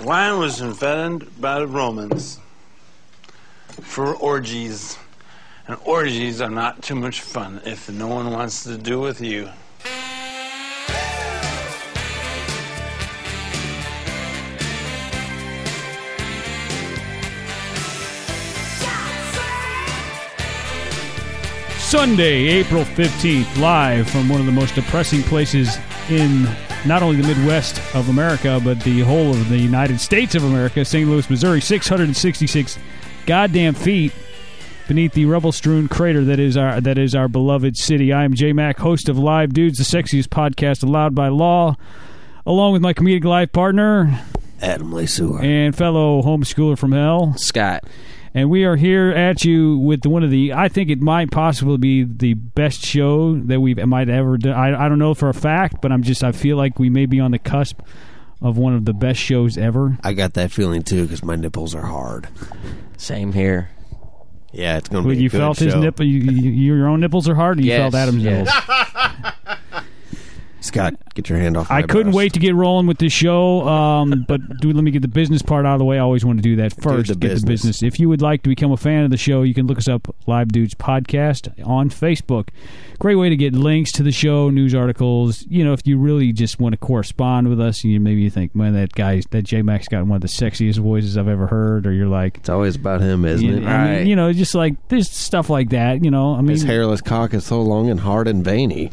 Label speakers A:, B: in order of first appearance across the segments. A: Wine was invented by the Romans for orgies. And orgies are not too much fun if no one wants to do with you.
B: Sunday, April 15th, live from one of the most depressing places in not only the Midwest of America, but the whole of the United States of America, St. Louis, Missouri, 666 goddamn feet beneath the rubble-strewn crater that is our that is our beloved city. I am J Mac, host of Live Dudes, the sexiest podcast allowed by law, along with my comedic life partner
C: Adam Lesueur.
B: and fellow homeschooler from hell.
C: Scott.
B: And we are here at you with one of the. I think it might possibly be the best show that we might ever do. I, I don't know for a fact, but I'm just. I feel like we may be on the cusp of one of the best shows ever.
C: I got that feeling too because my nipples are hard.
D: Same here.
C: Yeah, it's gonna
B: Well,
C: be. a
B: you
C: good
B: felt his
C: show.
B: nipple. You, you, your own nipples are hard. Or you
D: Yes,
B: felt Adam's
D: yes.
B: nipples.
C: Scott, get your hand off.
B: I
C: my
B: couldn't
C: breast.
B: wait to get rolling with this show, um, but dude, let me get the business part out of the way. I always want to do that first.
C: the
B: get the
C: business.
B: business. If you would like to become a fan of the show, you can look us up, Live Dudes Podcast, on Facebook. Great way to get links to the show, news articles. You know, if you really just want to correspond with us, and you maybe you think, man, that guy's that J Max got one of the sexiest voices I've ever heard, or you're like,
C: It's always about him, isn't
B: you,
C: it?
B: I mean, you know, just like there's stuff like that. You know, I mean,
C: His hairless cock is so long and hard and veiny.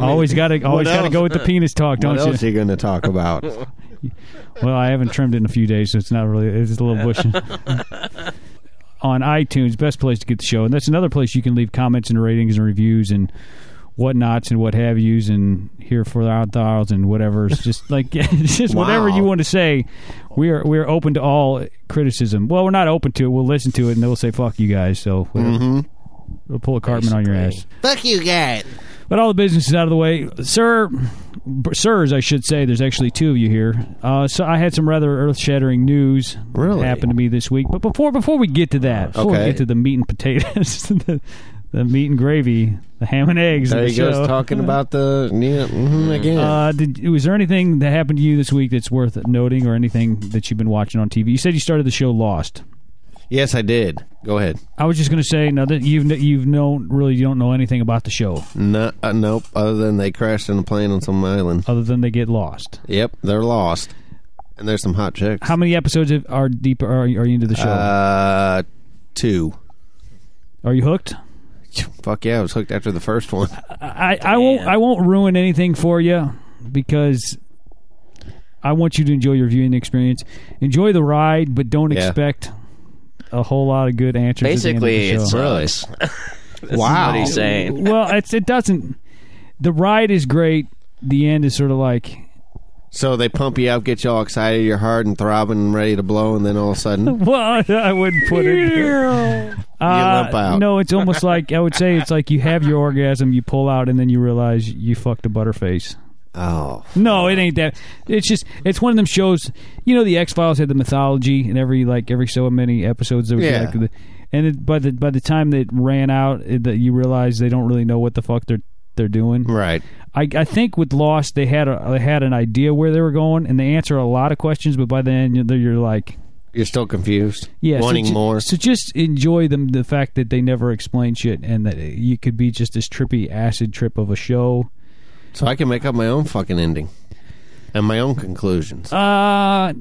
B: always got to always got to
C: else?
B: go with the penis talk, don't
C: What
B: you?
C: else are you going to talk about?
B: Well, I haven't trimmed it in a few days, so it's not really. It's a little bushy. On iTunes, best place to get the show, and that's another place you can leave comments and ratings and reviews and whatnots and what have yous and here for our thoughts and whatever. It's just like it's just whatever
C: Wow.
B: you want to say. We are we are open to all criticism. Well, we're not open to it. We'll listen to it and then we'll say fuck you guys. So whatever. we'll pull a Cartman on your ass.
C: Mm-hmm. Fuck you, guys.
B: But all the business is out of the way, sir. b- Sirs, I should say. There's actually two of you here. Uh, so I had some rather earth-shattering news
C: Really?
B: happen to me this week. But before before we get to that, before we
C: Okay.
B: get to the meat and potatoes, the, the meat and gravy, the ham and eggs. of
C: There
B: the
C: he goes
B: show.
C: talking about the yeah, mhm, again.
B: Uh, did, was there anything that happened to you this week that's worth noting, or anything that you've been watching on TV? You said you started the show Lost.
C: yes, I did. Go aad.
B: I was just going to say, now that you've kn- you've known really you don't know anything about the show
C: No, uh, nope. Other than they crashed in a plane on some island.
B: other than they get lost.
C: Yep, they're lost. And there's some hot chicks.
B: How many episodes of- are deep are, are you into the show?
C: Uh, two.
B: Are you hooked?
C: Fuck yeah, I was hooked after the first one.
B: I, I won't I won't ruin anything for you because I want you to enjoy your viewing experience. Enjoy the ride, but don't
C: Yeah.
B: expect a whole lot of good answers. at the end of the
D: Basically,
B: show.
D: it's uh,
C: Really?
D: sucks. That's what he's saying.
B: well, it's, it doesn't. The ride is great. The end is sort of like
C: So they pump you up, get you all excited, you're hard and throbbing and ready to blow, and then all of a sudden,
B: well, I wouldn't put it. Uh,
C: limp out.
B: No, it's almost like I would say it's like you have your orgasm, you pull out, and then you realize you fucked a butterface.
C: oh,
B: No, it ain't that. It's just it's one of them shows. You know, the X Files had the mythology, and every like every so many episodes there was
C: Yeah.
B: like the, and it, by the by the time that it ran out, it, that you realize they don't really know what the fuck they're they're doing.
C: right.
B: I, I think with Lost they had a they had an idea where they were going, and they answer a lot of questions, but by then you're, you're like.
C: You're still confused,
B: Yeah, so
C: wanting
B: ju-
C: more.
B: So just enjoy them the fact that they never explain shit, and that you could be just this trippy acid trip of a show.
C: So I can make up my own fucking ending and my own conclusions.
B: Uh,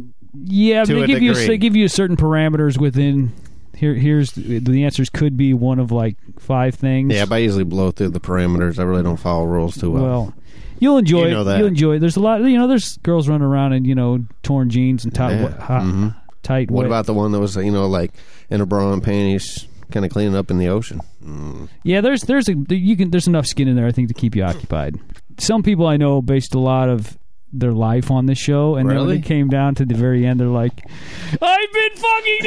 B: yeah,
C: To
B: they
C: a
B: give you
C: degree.
B: they give you certain parameters within. Here, here's the, the answers could be one of like five things.
C: yeah, but I usually blow through the parameters. I really don't follow rules too well.
B: well, you'll enjoy.
C: You know
B: it.
C: that.
B: You'll enjoy. It. There's a lot. You know, there's girls running around in you know torn jeans and tight,
C: Yeah,
B: wet- hot,
C: mhm.
B: tight.
C: what
B: wet-
C: about the one that was, you know, like in a bra and panties, kind of cleaning up in the ocean?
B: Yeah, there's there's a you can there's enough skin in there I think to keep
C: Hmm.
B: you occupied. Some people I know based a lot of their life on this show, and then when
C: Really?
B: it came down to the very end, they're like, "I've been fucking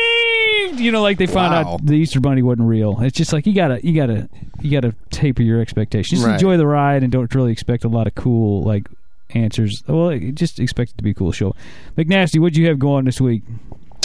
B: deceived." You know, like they found
C: Wow.
B: out the Easter Bunny wasn't real. It's just like you gotta you gotta you gotta taper your expectations. Just
C: Right.
B: enjoy the ride and don't really expect a lot of cool like answers. Well, just expect it to be a cool show. McNasty, what'd you have going this week?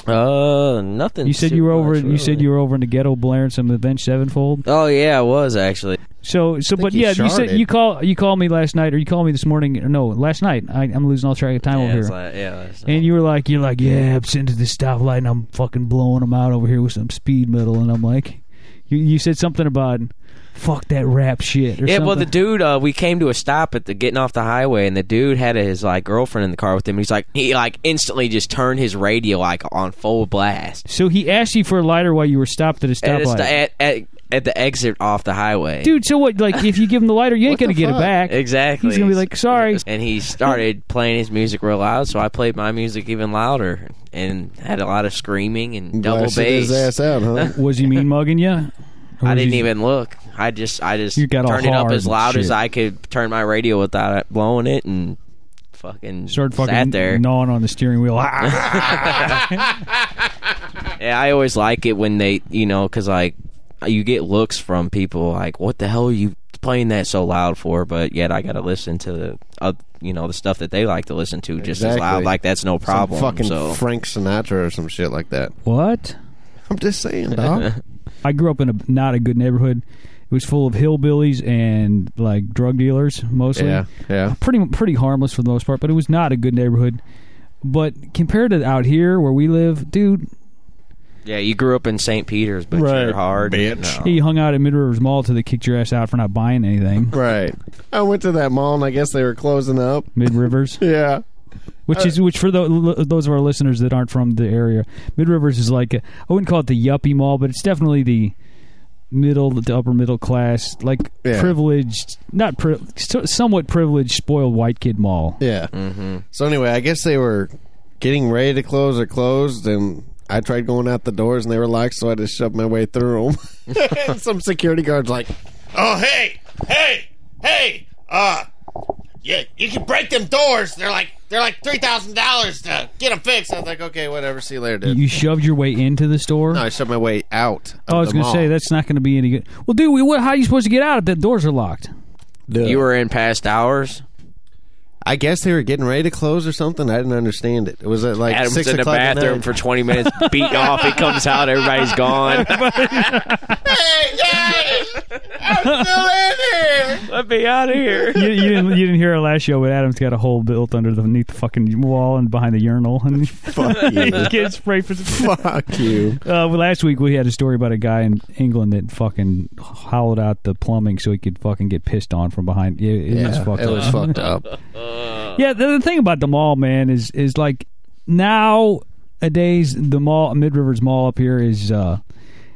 D: Uh, nothing.
B: You said
D: too
B: you were over.
D: much,
B: You said
D: really.
B: you were over in the ghetto blaring some Avenged Sevenfold.
D: Oh yeah, I was actually.
B: So, so,
C: think
B: but
C: he
B: yeah, you said
C: sharded.
B: you call you called me last night, or you called me this morning. Or no, last night. I, I'm losing all track of time
D: Yeah,
B: over
D: it's
B: here.
D: like- uh, yeah, it's
B: and you were like, you're like, yeah, I'm sitting at the stoplight and I'm fucking blowing them out over here with some speed metal, and I'm like, you, you said something about fuck that rap shit. Or
D: Yeah, well, the
B: something.
D: dude, uh, we came to a stop at the getting off the highway, and the dude had his like girlfriend in the car with him. He's like, he like instantly just turned his radio like on full blast
B: so he asked you for a lighter while you were stopped at a
D: at, a st-
B: stoplight.
D: at, at at the exit off the highway,
B: dude, so what? Like, if you give him the lighter, you ain't
C: What
B: gonna
C: the
B: get it
C: fuck?
B: back.
D: Exactly.
B: He's gonna be like, sorry.
D: And he started playing his music real loud, so I played my music even louder and had a lot of screaming and double
C: Blasted his
D: bass.
C: ass out, huh?
B: Was he mean mugging you? Or
D: I
B: was
D: didn't
B: he-
D: even look. I just I just
B: You got all
D: turned it up
B: hard
D: as
B: and
D: loud
B: shit.
D: as I could turn my radio without it blowing it and fucking
B: started fucking
D: sat there.
B: gnawing on the steering wheel. Ah.
D: Yeah, I always like it when they, you know, because like you get looks from people like, "What the hell are you playing that so loud for?" But yet I got to listen to the, uh, you know, the stuff that they like to listen to just as
C: Exactly.
D: loud. Like that's no
C: Some
D: problem.
C: fucking
D: so
C: Frank Sinatra or some shit like that.
B: what?
C: I'm just saying, dog.
B: I grew up in a not a good neighborhood. It was full of hillbillies and like drug dealers mostly.
C: yeah, yeah.
B: Pretty pretty harmless for the most part, but it was not a good neighborhood. But compared to out here where we live, dude,
D: yeah, you grew up in St. Peter's, but
A: Right,
D: you're hard,
C: bitch.
D: No.
B: he hung out at Mid Rivers Mall till they kicked your ass out for not buying anything.
C: Right. I went to that mall and I guess they were closing up.
B: Mid Rivers,
C: Yeah. Uh,
B: which is which for tho- those of our listeners that aren't from the area, Mid Rivers is like I I wouldn't call it the yuppie mall, but it's definitely the middle to upper middle class, like
C: Yeah.
B: privileged, not pri- so- somewhat privileged, spoiled white kid mall.
C: Yeah. Mm-hmm. So anyway, I guess they were getting ready to close or closed, and I tried going out the doors, and they were locked, so I just shoved my way through them. Some security guards like,
E: Oh, hey, hey, hey, uh, yeah, you can break them doors. They're like, they're like three thousand dollars to get them fixed. I was like,
C: like, okay, whatever, see you later, dude.
B: You shoved your way into the store.
C: no, I shoved my way out. Of
B: oh, I was
C: the
B: gonna
C: mall.
B: say that's not gonna be any good. Well, dude, we, what, how are you supposed to get out if the doors are locked?
D: You were in past hours.
C: I guess they were getting ready to close or something. I didn't understand it. It was at like
D: Adam's
C: six
D: in the
C: o'clock at
D: bathroom
C: night.
D: for 20 minutes, beating off. He comes out, everybody's gone.
E: hey, guys, I'm still in here.
D: Let me out of here.
B: You, you didn't. You didn't hear our last show, but Adam's got a hole built under the underneath the fucking wall and behind the urinal, and
C: Fuck
B: he
C: you.
B: gets sprayed for. Some,
C: Fuck you.
B: Uh, well, last week we had a story about a guy in England that fucking hollowed out the plumbing so he could fucking get pissed on from behind. It, it was
C: Yeah,
B: fucked
C: it
B: up.
C: was fucked up.
B: Yeah, the, the thing about the mall, man, is is like nowadays the mall, Mid Rivers Mall up here is, uh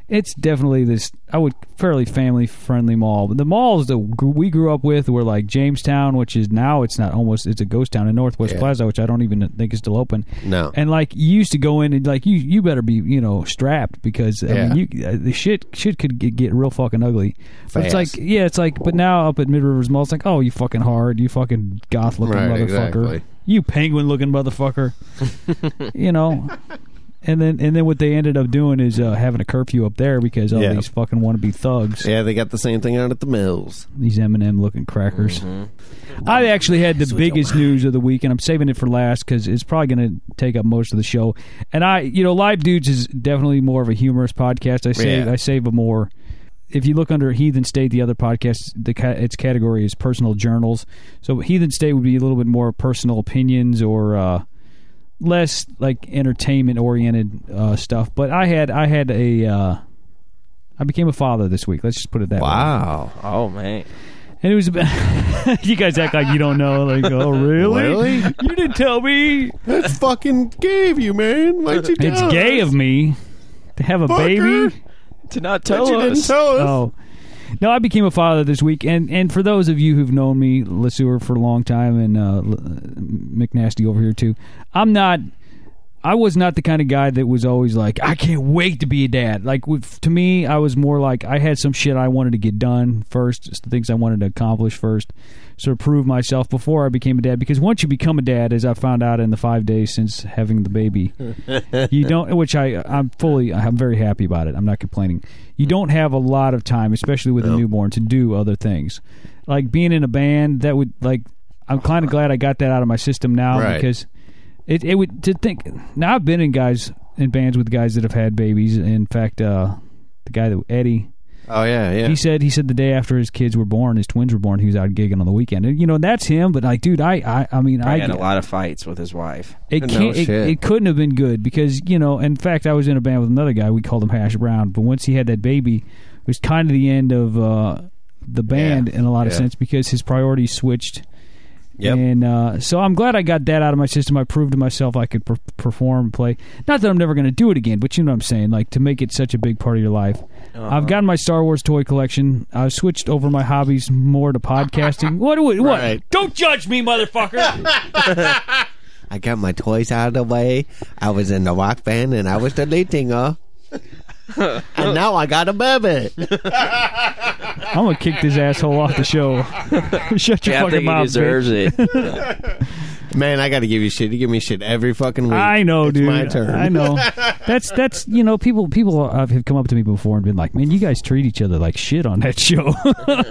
B: it's definitely this. I would fairly family friendly mall, but the malls that gr- we grew up with were like Jamestown, which is now it's not almost it's a ghost town in Northwest
C: Yeah.
B: Plaza, which I don't even think is still open.
C: No.
B: and like you used to go in and like you you better be you know strapped because I
C: Yeah.
B: mean you uh, the shit shit could get, get real fucking ugly. But it's like
C: Fast.
B: yeah, it's like but now up at Mid Rivers Mall, it's like oh you fucking hard, you fucking goth looking
C: Right,
B: motherfucker,
C: exactly.
B: you penguin looking motherfucker, you know. And then, and then what they ended up doing is uh, having a curfew up there because all
C: Yeah.
B: these fucking wannabe thugs,
C: Yeah, they got the same thing out at the mills.
B: these M&M looking crackers.
C: Mm-hmm.
B: I actually had the biggest news of the week, and I'm saving it for last because it's probably going to take up most of the show. And I, you know, Live Dudes is definitely more of a humorous podcast. I save,
C: Yeah.
B: I save a more. If you look under Heathen State, the other podcast, the ca- its category is personal journals. So Heathen State would be a little bit more personal opinions or uh, less like entertainment oriented uh, stuff. But I had, I had a. Uh, I became a father this week. Let's just put it that way.
C: Wow.
D: Oh, man.
B: And it was about you guys act like you don't know. Like, oh, really?
C: Really?
B: You didn't tell me.
C: That's fucking gay of you, man. Why'd you tell
B: It's gay
C: us?
B: of me to have a
C: Fucker.
B: baby.
D: To not
C: But
D: tell
C: you didn't
D: us.
C: tell us.
B: Oh. No, I became a father this week, and, and for those of you who've known me, Lesueur, for a long time, and uh, L- McNasty over here too, I'm not. I was not the kind of guy that was always like, I can't wait to be a dad. Like with, to me, I was more like I had some shit I wanted to get done first, just the things I wanted to accomplish first, sort of prove myself before I became a dad. Because once you become a dad, as I found out in the five days since having the baby, you don't which i i'm fully i'm very happy about it i'm not complaining you don't have a lot of time especially with a newborn to do other things like being in a band that would like i'm kind of glad i got that out of my system now
C: Right.
B: because it, it would to think now i've been in guys in bands with guys that have had babies. In fact, uh, the guy that Eddie,
C: Oh yeah, yeah.
B: he said he said the day after his kids were born, his twins were born, he was out gigging on the weekend. And, you know, that's him. But like, dude, I I, I mean,
D: I
B: I
D: had a lot of fights with his wife.
B: it
C: No
B: can't. it,
C: shit.
B: it couldn't have been good because you know. In fact, I was in a band with another guy. We called him Hash Brown. But once he had that baby, it was kind of the end of uh, the band in a lot of
C: yeah.
B: sense because his priorities switched.
C: Yep.
B: And uh, so I'm glad I got that out of my system. I proved to myself I could per- perform, play. Not that I'm never going to do it again, but you know what I'm saying. Like to make it such a big part of your life.
C: Uh-huh.
B: I've gotten my Star Wars toy collection. I've switched over my hobbies more to podcasting. what? What? what?
C: Right.
B: Don't judge me, motherfucker.
C: I got my toys out of the way. I was in the rock band and I was deleting her. and now I got a baby.
B: I'm gonna kick this asshole off the show. Shut your
D: Yeah, I
B: fucking
D: think
B: mouth.
D: he deserves
B: bitch.
D: it.
C: Man, I got to give you shit. You give me shit every fucking week.
B: I know,
C: it's
B: dude.
C: My turn.
B: I know. That's that's you know people people are- have come up to me before and been like, man, you guys treat each other like shit on that show.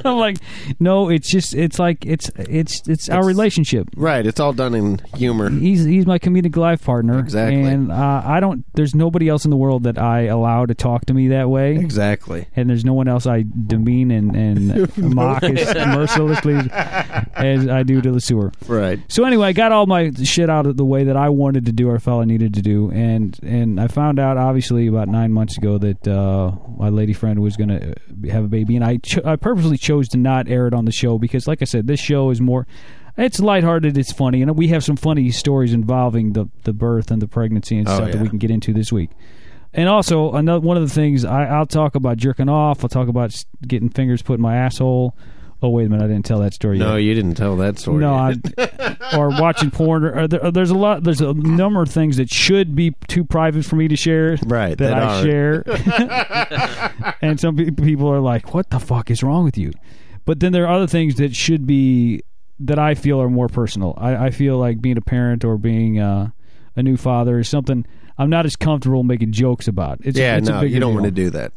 B: I'm like, no, it's just it's like it's it's it's, our relationship.
C: Right? It's all done in humor.
B: He's he's my comedic life partner.
C: Exactly.
B: And uh, I don't. There's nobody else in the world that I allow to talk to me that way.
C: Exactly.
B: and there's no one else I demean and, and mock as mercilessly as I do to the sewer.
C: Right.
B: So anyway, I got all my shit out of the way that I wanted to do or felt I needed to do, and and I found out obviously about nine months ago that uh, my lady friend was going to have a baby, and I cho- I purposely chose to not air it on the show because, like I said, this show is more. It's lighthearted, it's funny, and we have some funny stories involving the the birth and the pregnancy and
C: Oh,
B: stuff that
C: yeah.
B: we can get into this week. And also, another one of the things I, I'll talk about jerking off. I'll talk about s- getting fingers put in my asshole. Oh wait a minute, I didn't tell that story yet.
C: No, you didn't tell that story.
B: No, I, or watching porn. Or, or there- uh, there's a lot. There's a number of things that should be too private for me to share.
C: Right,
B: That,
C: that
B: I
C: aren't.
B: share. and some pe- people are like, "What the fuck is wrong with you?" But then there are other things that should be that I feel are more personal. I, I feel like being a parent or being uh, a new father is something I'm not as comfortable making jokes about. It's,
C: yeah,
B: it's a
C: no,
B: bigger
C: you don't
B: deal.
C: want to do that.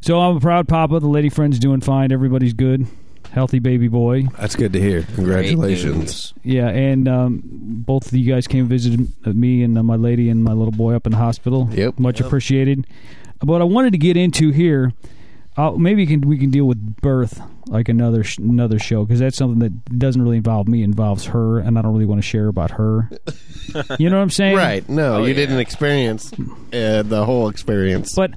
B: So I'm a proud papa. The lady friend's doing fine. Everybody's good. Healthy baby boy.
C: That's good to hear. Congratulations.
B: Yeah, and um, both of you guys came visited me and uh, my lady and my little boy up in the hospital.
C: Yep.
B: much appreciated. But I wanted to get into here. Uh, maybe can, we can deal with birth like another sh- another show because that's something that doesn't really involve me. It involves her, and I don't really want to share about her. you know what I'm saying?
C: Right.
B: Oh,
C: No, you
D: yeah.
C: didn't experience uh, the whole experience.
B: But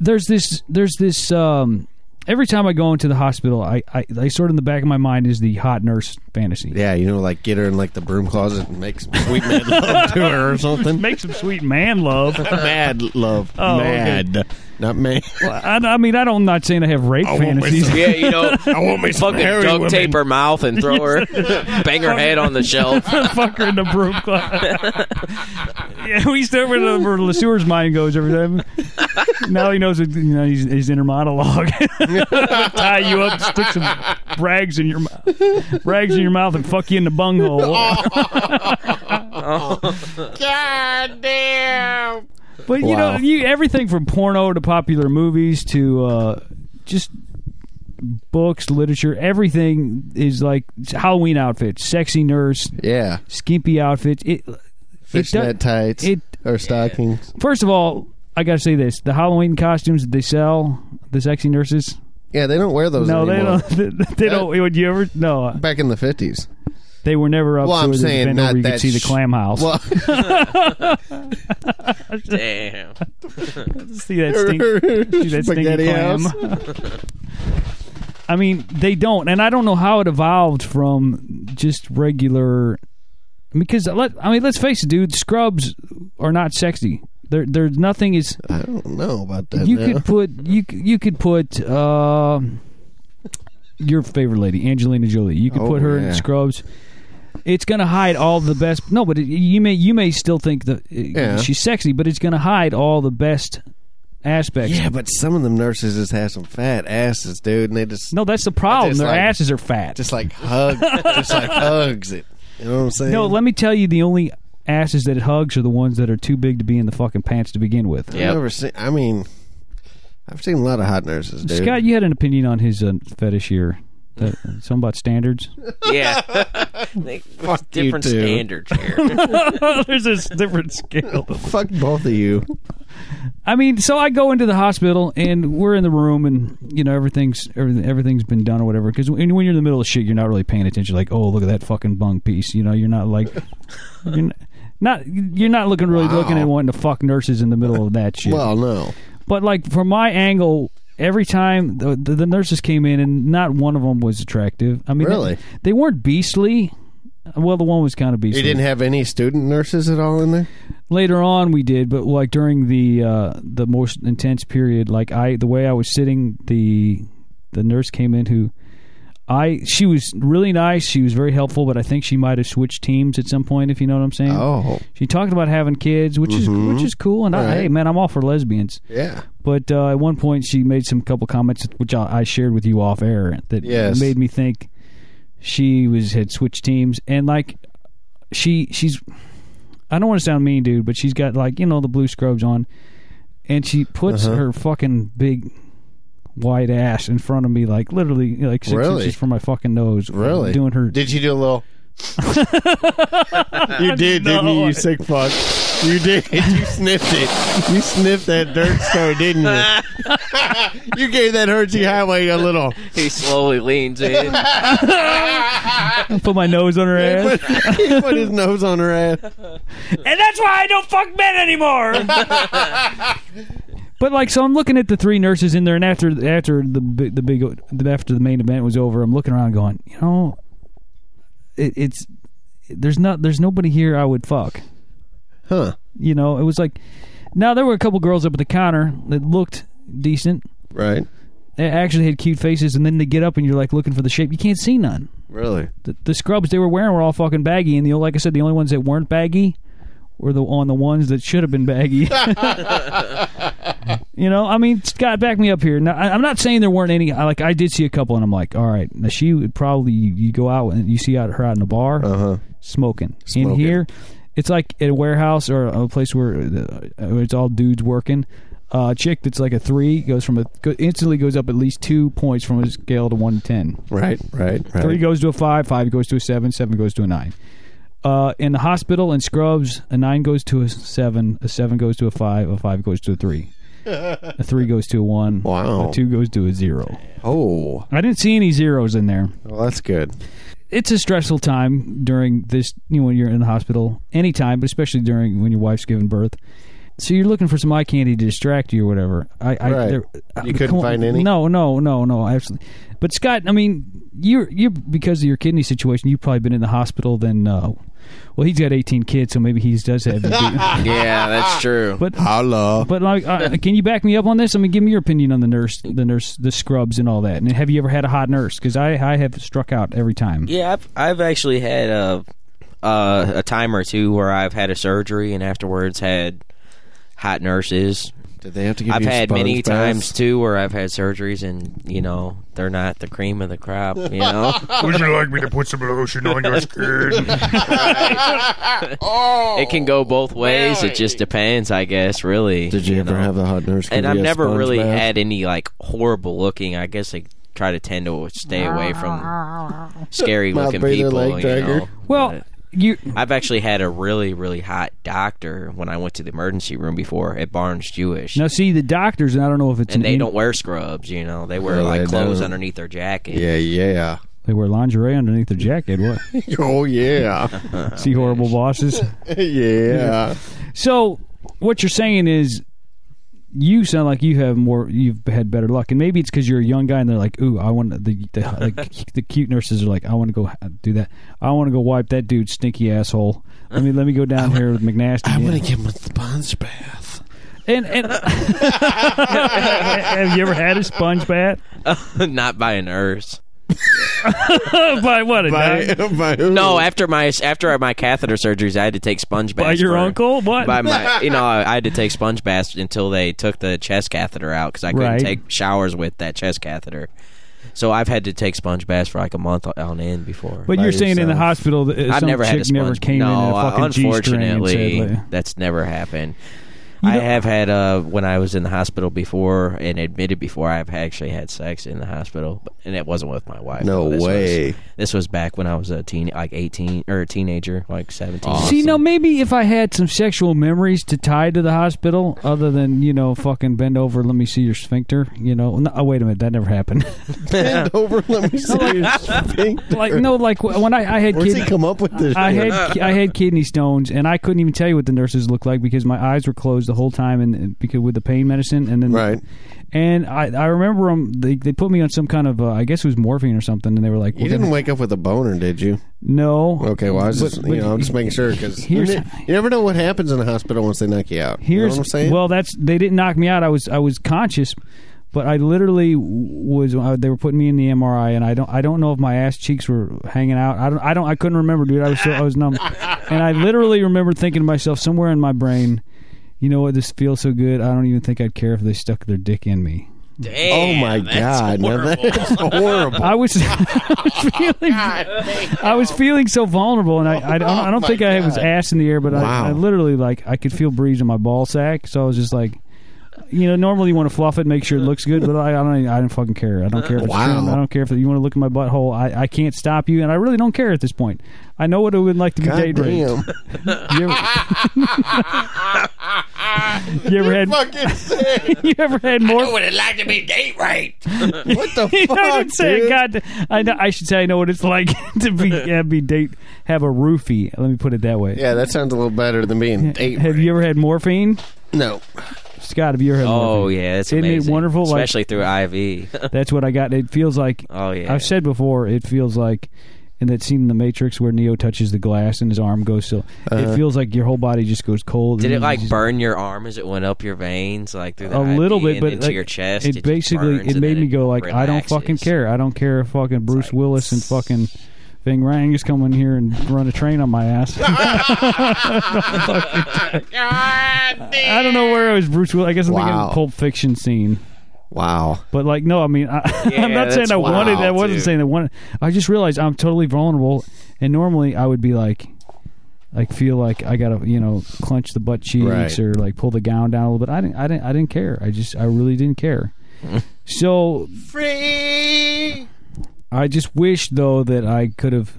B: there's this there's this um, every time I go into the hospital, I, I I sort of in the back of my mind is the hot nurse fantasy.
C: yeah, you know, like get her in like the broom closet and make some sweet mad love to her or something.
B: Make some sweet man love.
C: mad love.
B: Oh, okay.
C: mad. Not man.
B: I, I mean, I don't, am not saying I have rape fantasies.
D: yeah, you know,
C: I want me some
D: fucking
C: hairy
D: duct
C: women.
D: tape her mouth and throw her, bang her head on the shelf.
B: Fuck her in the broom closet. yeah, we start with the- where Lesueur's mind goes every time. Now he knows it, you know, he's, his inner monologue. Tie you up, stick some rags in your mouth, rags in your mouth, and fuck you in the bunghole.
E: God damn.
B: But you
C: Wow.
B: know, you everything from porno to popular movies to uh, just books, literature, everything is like Halloween outfits, sexy nurse,
C: Yeah.
B: skimpy outfits. It, it does-
C: Fishnet tights
B: it-
C: or stockings.
B: first of all, I gotta say this: the Halloween costumes that they sell, the sexy nurses.
C: Yeah, they don't wear those
B: No, they
C: anymore.
B: don't. They, don't. Would you ever? No,
C: Back in the 50s.
B: they were never up
C: Well,
B: to
C: I'm
B: the
C: saying
B: bend
C: not
B: over you could
C: that
B: see the
C: sh-
B: clam house.
C: Well,
D: Damn.
B: see that stink. See that stinky
C: spaghetti house.
B: clam? I mean, they don't, and I don't know how it evolved from just regular. Because let I mean, let's face it, dude. Scrubs are not sexy. There, there's nothing is.
C: I don't know about that.
B: You
C: now.
B: could put you c- you could put uh, your favorite lady, Angelina Jolie. You could
C: Oh,
B: put her
C: yeah.
B: in scrubs. It's gonna hide all the best. No, but it, you may you may still think that uh,
C: Yeah.
B: she's sexy, but it's gonna hide all the best aspects.
C: Yeah, but some of them nurses just have some fat asses, dude, and they just
B: No, that's the problem.
C: Just
B: Their
C: like-
B: asses are fat.
C: just like hug, just like hugs it. You know what I'm saying?
B: no, let me tell you, the only asses that it hugs are the ones that are too big to be in the fucking pants to begin with.
C: I've
D: Yep.
C: never seen. I mean, I've seen a lot of hot nurses, dude.
B: Scott, you had an opinion on his uh, fetish here. That, something about standards.
D: Yeah. They-
C: you
D: different
C: too.
D: standards here.
B: There's this different scale.
C: Fuck both of you.
B: I mean, so I go into the hospital and we're in the room and you know everything's everything, everything's been done or whatever. Because when when you're in the middle of shit, you're not really paying attention. Like, oh, look at that fucking bung piece. You know, you're not like you're not. Not you're not looking really looking at wanting to fuck nurses in the middle of that shit.
C: Well, no.
B: But like from my angle, every time the, the, the nurses came in, and not one of them was attractive. I mean,
C: Really?
B: they, they weren't beastly. Well, the one was kind of beastly.
C: You didn't have any student nurses at all in there?
B: Later on, we did, but like during the uh, the most intense period, like I the way I was sitting, the the nurse came in who I she was really nice. She was very helpful, but I think she might have switched teams at some point. If you know what I'm saying.
C: Oh, Mm-hmm.
B: She talked about having kids, which is which is cool, and I,
C: Right.
B: hey man, I'm all for lesbians.
C: yeah.
B: But uh, at one point, she made some couple comments, which I, I shared with you off air, that
C: Yes.
B: made me think she was had switched teams. And like, she she's I don't want to sound mean, dude, but she's got like you know the blue scrubs on, and she puts
C: Uh-huh.
B: her fucking big white ass in front of me, like literally like six
C: Really?
B: inches from my fucking nose.
C: Really?
B: doing her
C: Did you do a little? you did, didn't you? You sick fuck. You did. You sniffed it. You sniffed that dirt star, didn't you? you gave that Hershey Highway a little.
D: he slowly leans in.
B: put my nose on her ass,
C: he put his nose on her ass.
B: and that's why I don't fuck men anymore. But like, so I'm looking at the three nurses in there, and after after the bi- the big the, after the main event was over, I'm looking around, going, you know, it, it's there's not there's nobody here I would fuck.
C: Huh.
B: You know, it was like now there were a couple girls up at the counter that looked decent,
C: Right.
B: they actually had cute faces, and then they get up and you're like looking for the shape, you can't see none.
C: Really?
B: The, the scrubs they were wearing were all fucking baggy, and the like I said, the only ones that weren't baggy were the on the ones that should have been baggy. you know, I mean, Scott, back me up here. Now, I, I'm not saying there weren't any. I, like I did see a couple, and I'm like, all right, now she would probably you, you go out and you see out her out in a bar smoking. in
C: Smoking.
B: here. It's like at a warehouse or a place where the, uh, it's all dudes working. Uh, a chick that's like a three goes from a go, instantly goes up at least two points from a scale to one to ten.
C: Right, right, right.
B: Three goes to a five, five goes to a seven, seven goes to a nine. Uh, in the hospital and scrubs, a nine goes to a seven, a seven goes to a five, a five goes to a three, a three goes to a one,
C: Wow.
B: a two goes to a zero.
C: Oh,
B: I didn't see any zeros in there.
C: well, that's good.
B: It's a stressful time during this, you know, when you're in the hospital, anytime, but especially during when your wife's giving birth. So you're looking for some eye candy to distract you or whatever. I, I
C: Right.
B: there- uh,
C: You couldn't
B: come on-
C: find any?
B: No, no, no, no, absolutely. But Scott, I mean, you're you because of your kidney situation, you've probably been in the hospital. Then, uh, well, he's got 18 kids, so maybe he does have.
D: yeah, that's true.
B: but
C: Holla.
B: but like, uh, can you back me up on this? I mean, give me your opinion on the nurse, the nurse, the scrubs, and all that. And have you ever had a hot nurse? Because I I have struck out every time.
D: Yeah, I've I've actually had a uh, a time or two where I've had a surgery and afterwards had hot nurses.
C: Did they have to give
D: I've
C: you
D: had
C: sponge
D: many
C: baths?
D: times too where I've had surgeries and you know they're not the cream of the crop. You know,
F: Would you like me to put some lotion on your skin?
E: Oh,
D: it can go both ways. It just
E: Really?
D: depends, I guess. Really.
C: Did you, ever
D: know.
C: have the hot nurse? give
D: And
C: you
D: I've
C: a
D: never
C: sponge
D: really
C: bath?
D: had any like horrible looking. I guess I try to tend to stay away from scary looking
C: breather,
D: people.
C: leg
D: you
C: dragger.
D: know.
B: Well, you
D: I've actually had a really, really hot doctor when I went to the emergency room before at Barnes Jewish.
B: now see the doctors, and I don't know if it's
D: and
B: an
D: they
B: in-
D: don't wear scrubs, you know. They wear
C: No,
D: like
C: they
D: clothes
C: don't.
D: underneath their jacket.
C: Yeah, yeah.
B: they wear lingerie underneath their jacket. What?
C: Oh, yeah.
D: Oh,
B: see horrible bosses.
C: yeah.
B: So what you're saying is you sound like you have more you've had better luck and maybe it's because you're a young guy and they're like ooh i want the the, the, the cute nurses are like i want to go h- do that i want to go wipe that dude's stinky asshole let me let me go down here with mcnasty
C: I'm
B: yeah.
C: going to give him a sponge bath.
B: and and have you ever had a sponge bath
D: Not by a nurse.
B: by what a
C: By,
B: doc-
C: by who?
D: No, after my after my catheter surgeries, I had to take sponge baths.
B: by your
D: for-
B: uncle what
D: By my, you know, I had to take sponge baths until they took the chest catheter out because I couldn't
B: Right.
D: take showers with that chest catheter. So I've had to take sponge baths for like a month on end before.
B: but
C: by
B: you're saying in the
C: yourself.
B: hospital that uh,
D: I've
B: some
D: never
B: chick
D: had a sponge.
B: never came
D: no,
B: in in a fucking
D: unfortunately,
B: G-string and said, like-
D: that's never happened. I have had uh when I was in the hospital before and admitted before I've actually had sex in the hospital, but- and it wasn't with my wife.
C: No
D: though. this
C: way.
D: Was, this was back when I was a teen, like eighteen or a teenager, like seventeen.
B: See, now maybe if I had some sexual memories to tie to the hospital, other than you know, fucking bend over, let me see your sphincter. You know, no, oh, wait a minute, that never happened.
C: Bend over. Let me see your sphincter.
B: like no, like wh- when I, I had
C: Where's
B: kids.
C: he come up with this?
B: I
C: shit?
B: had I had kidney stones, and I couldn't even tell you what the nurses looked like because my eyes were closed the whole time, and, and because with the pain medicine, and then
C: Right.
B: and I, I remember them. They, they put me on some kind of uh, I guess it was morphine or something, and they were like,
C: You
B: "We're gonna-
C: didn't wake up with a boner, did you?
B: no,
C: Okay, well, I was
B: But-
C: just,
B: but
C: you know, I'm just making sure because you,
B: here's-
C: ne- you never know what happens in a hospital once they knock you out. You know
B: Here's
C: what I'm saying?
B: well, that's they didn't knock me out. I was I was conscious, but I literally was. Uh, they were putting me in the MRI, and I don't I don't know if my ass cheeks were hanging out. I don't I don't I couldn't remember, dude. I was so, I was numb, and I literally remember thinking to myself somewhere in my brain, you know what? This feels so good. I don't even think I'd care if they stuck their dick in me.
C: oh my god, now that's horrible.
B: I was, I was feeling I was feeling so vulnerable, and I I don't, I don't
C: Oh my
B: think I was
C: God.
B: ass in the air, but
C: Wow.
B: I, I literally like I could feel breeze in my ball sack, so I was just like. You know, normally you want to fluff it, make sure it looks good, but I, I don't. I don't fucking care. I don't care if it's
C: Wow.
B: trimmed. I don't care if you want to look at my butthole. I, I can't stop you, and I really don't care at this point. I know what it would like to be
C: God
B: date raped.
C: damn.
B: You ever, you ever had
C: Fucking sick.
B: you ever had more?
E: I would have liked to be date raped.
C: What the fuck?
B: I would say,
C: dude?
B: God, I, know, I should say I know what it's like to be, yeah, be date, have a roofie. Let me put it that way.
C: Yeah, that sounds a little better than being date
B: Have you
C: raped.
B: ever had morphine,
C: No.
B: Scott? Have you ever had?
D: Oh
B: morphine?
D: yeah, that's
B: Isn't it
D: amazing.
B: wonderful, like-
D: especially through IV.
B: that's what I got. It feels like
D: oh yeah,
B: I've said before. It feels like in that scene in The Matrix where Neo touches the glass and his arm goes so.
C: Uh-huh.
B: it feels like your whole body just goes cold.
D: Did
B: and
D: it
B: you
D: like
B: just-
D: burn your arm as it went up your veins, like through the
B: a
D: IV
B: little bit,
D: and
B: but
D: into
B: like,
D: your chest?
B: It
D: just
B: basically
D: burns
B: it
D: and
B: made
D: then
B: me
D: it
B: go like I don't
D: relaxes.
B: fucking care. I don't care if fucking Bruce
D: like-
B: Willis and fucking Ving Rang is coming here and run a train on my ass.
E: God damn.
B: I don't know where it was Bruce Willis. I guess I'm
C: Wow.
B: thinking Pulp Fiction scene.
C: Wow.
B: But like, no, I mean, I,
D: Yeah,
B: I'm not
D: that's
B: saying I wanted. I
D: wild,
B: wasn't
D: dude.
B: saying I wanted. I just realized I'm totally vulnerable, and normally I would be like, like feel like I gotta, you know, clench the butt cheeks
C: Right.
B: or like pull the gown down a little bit. I didn't, I didn't, I didn't care. I just, I really didn't care. so
E: Free.
B: I just wish though that I could have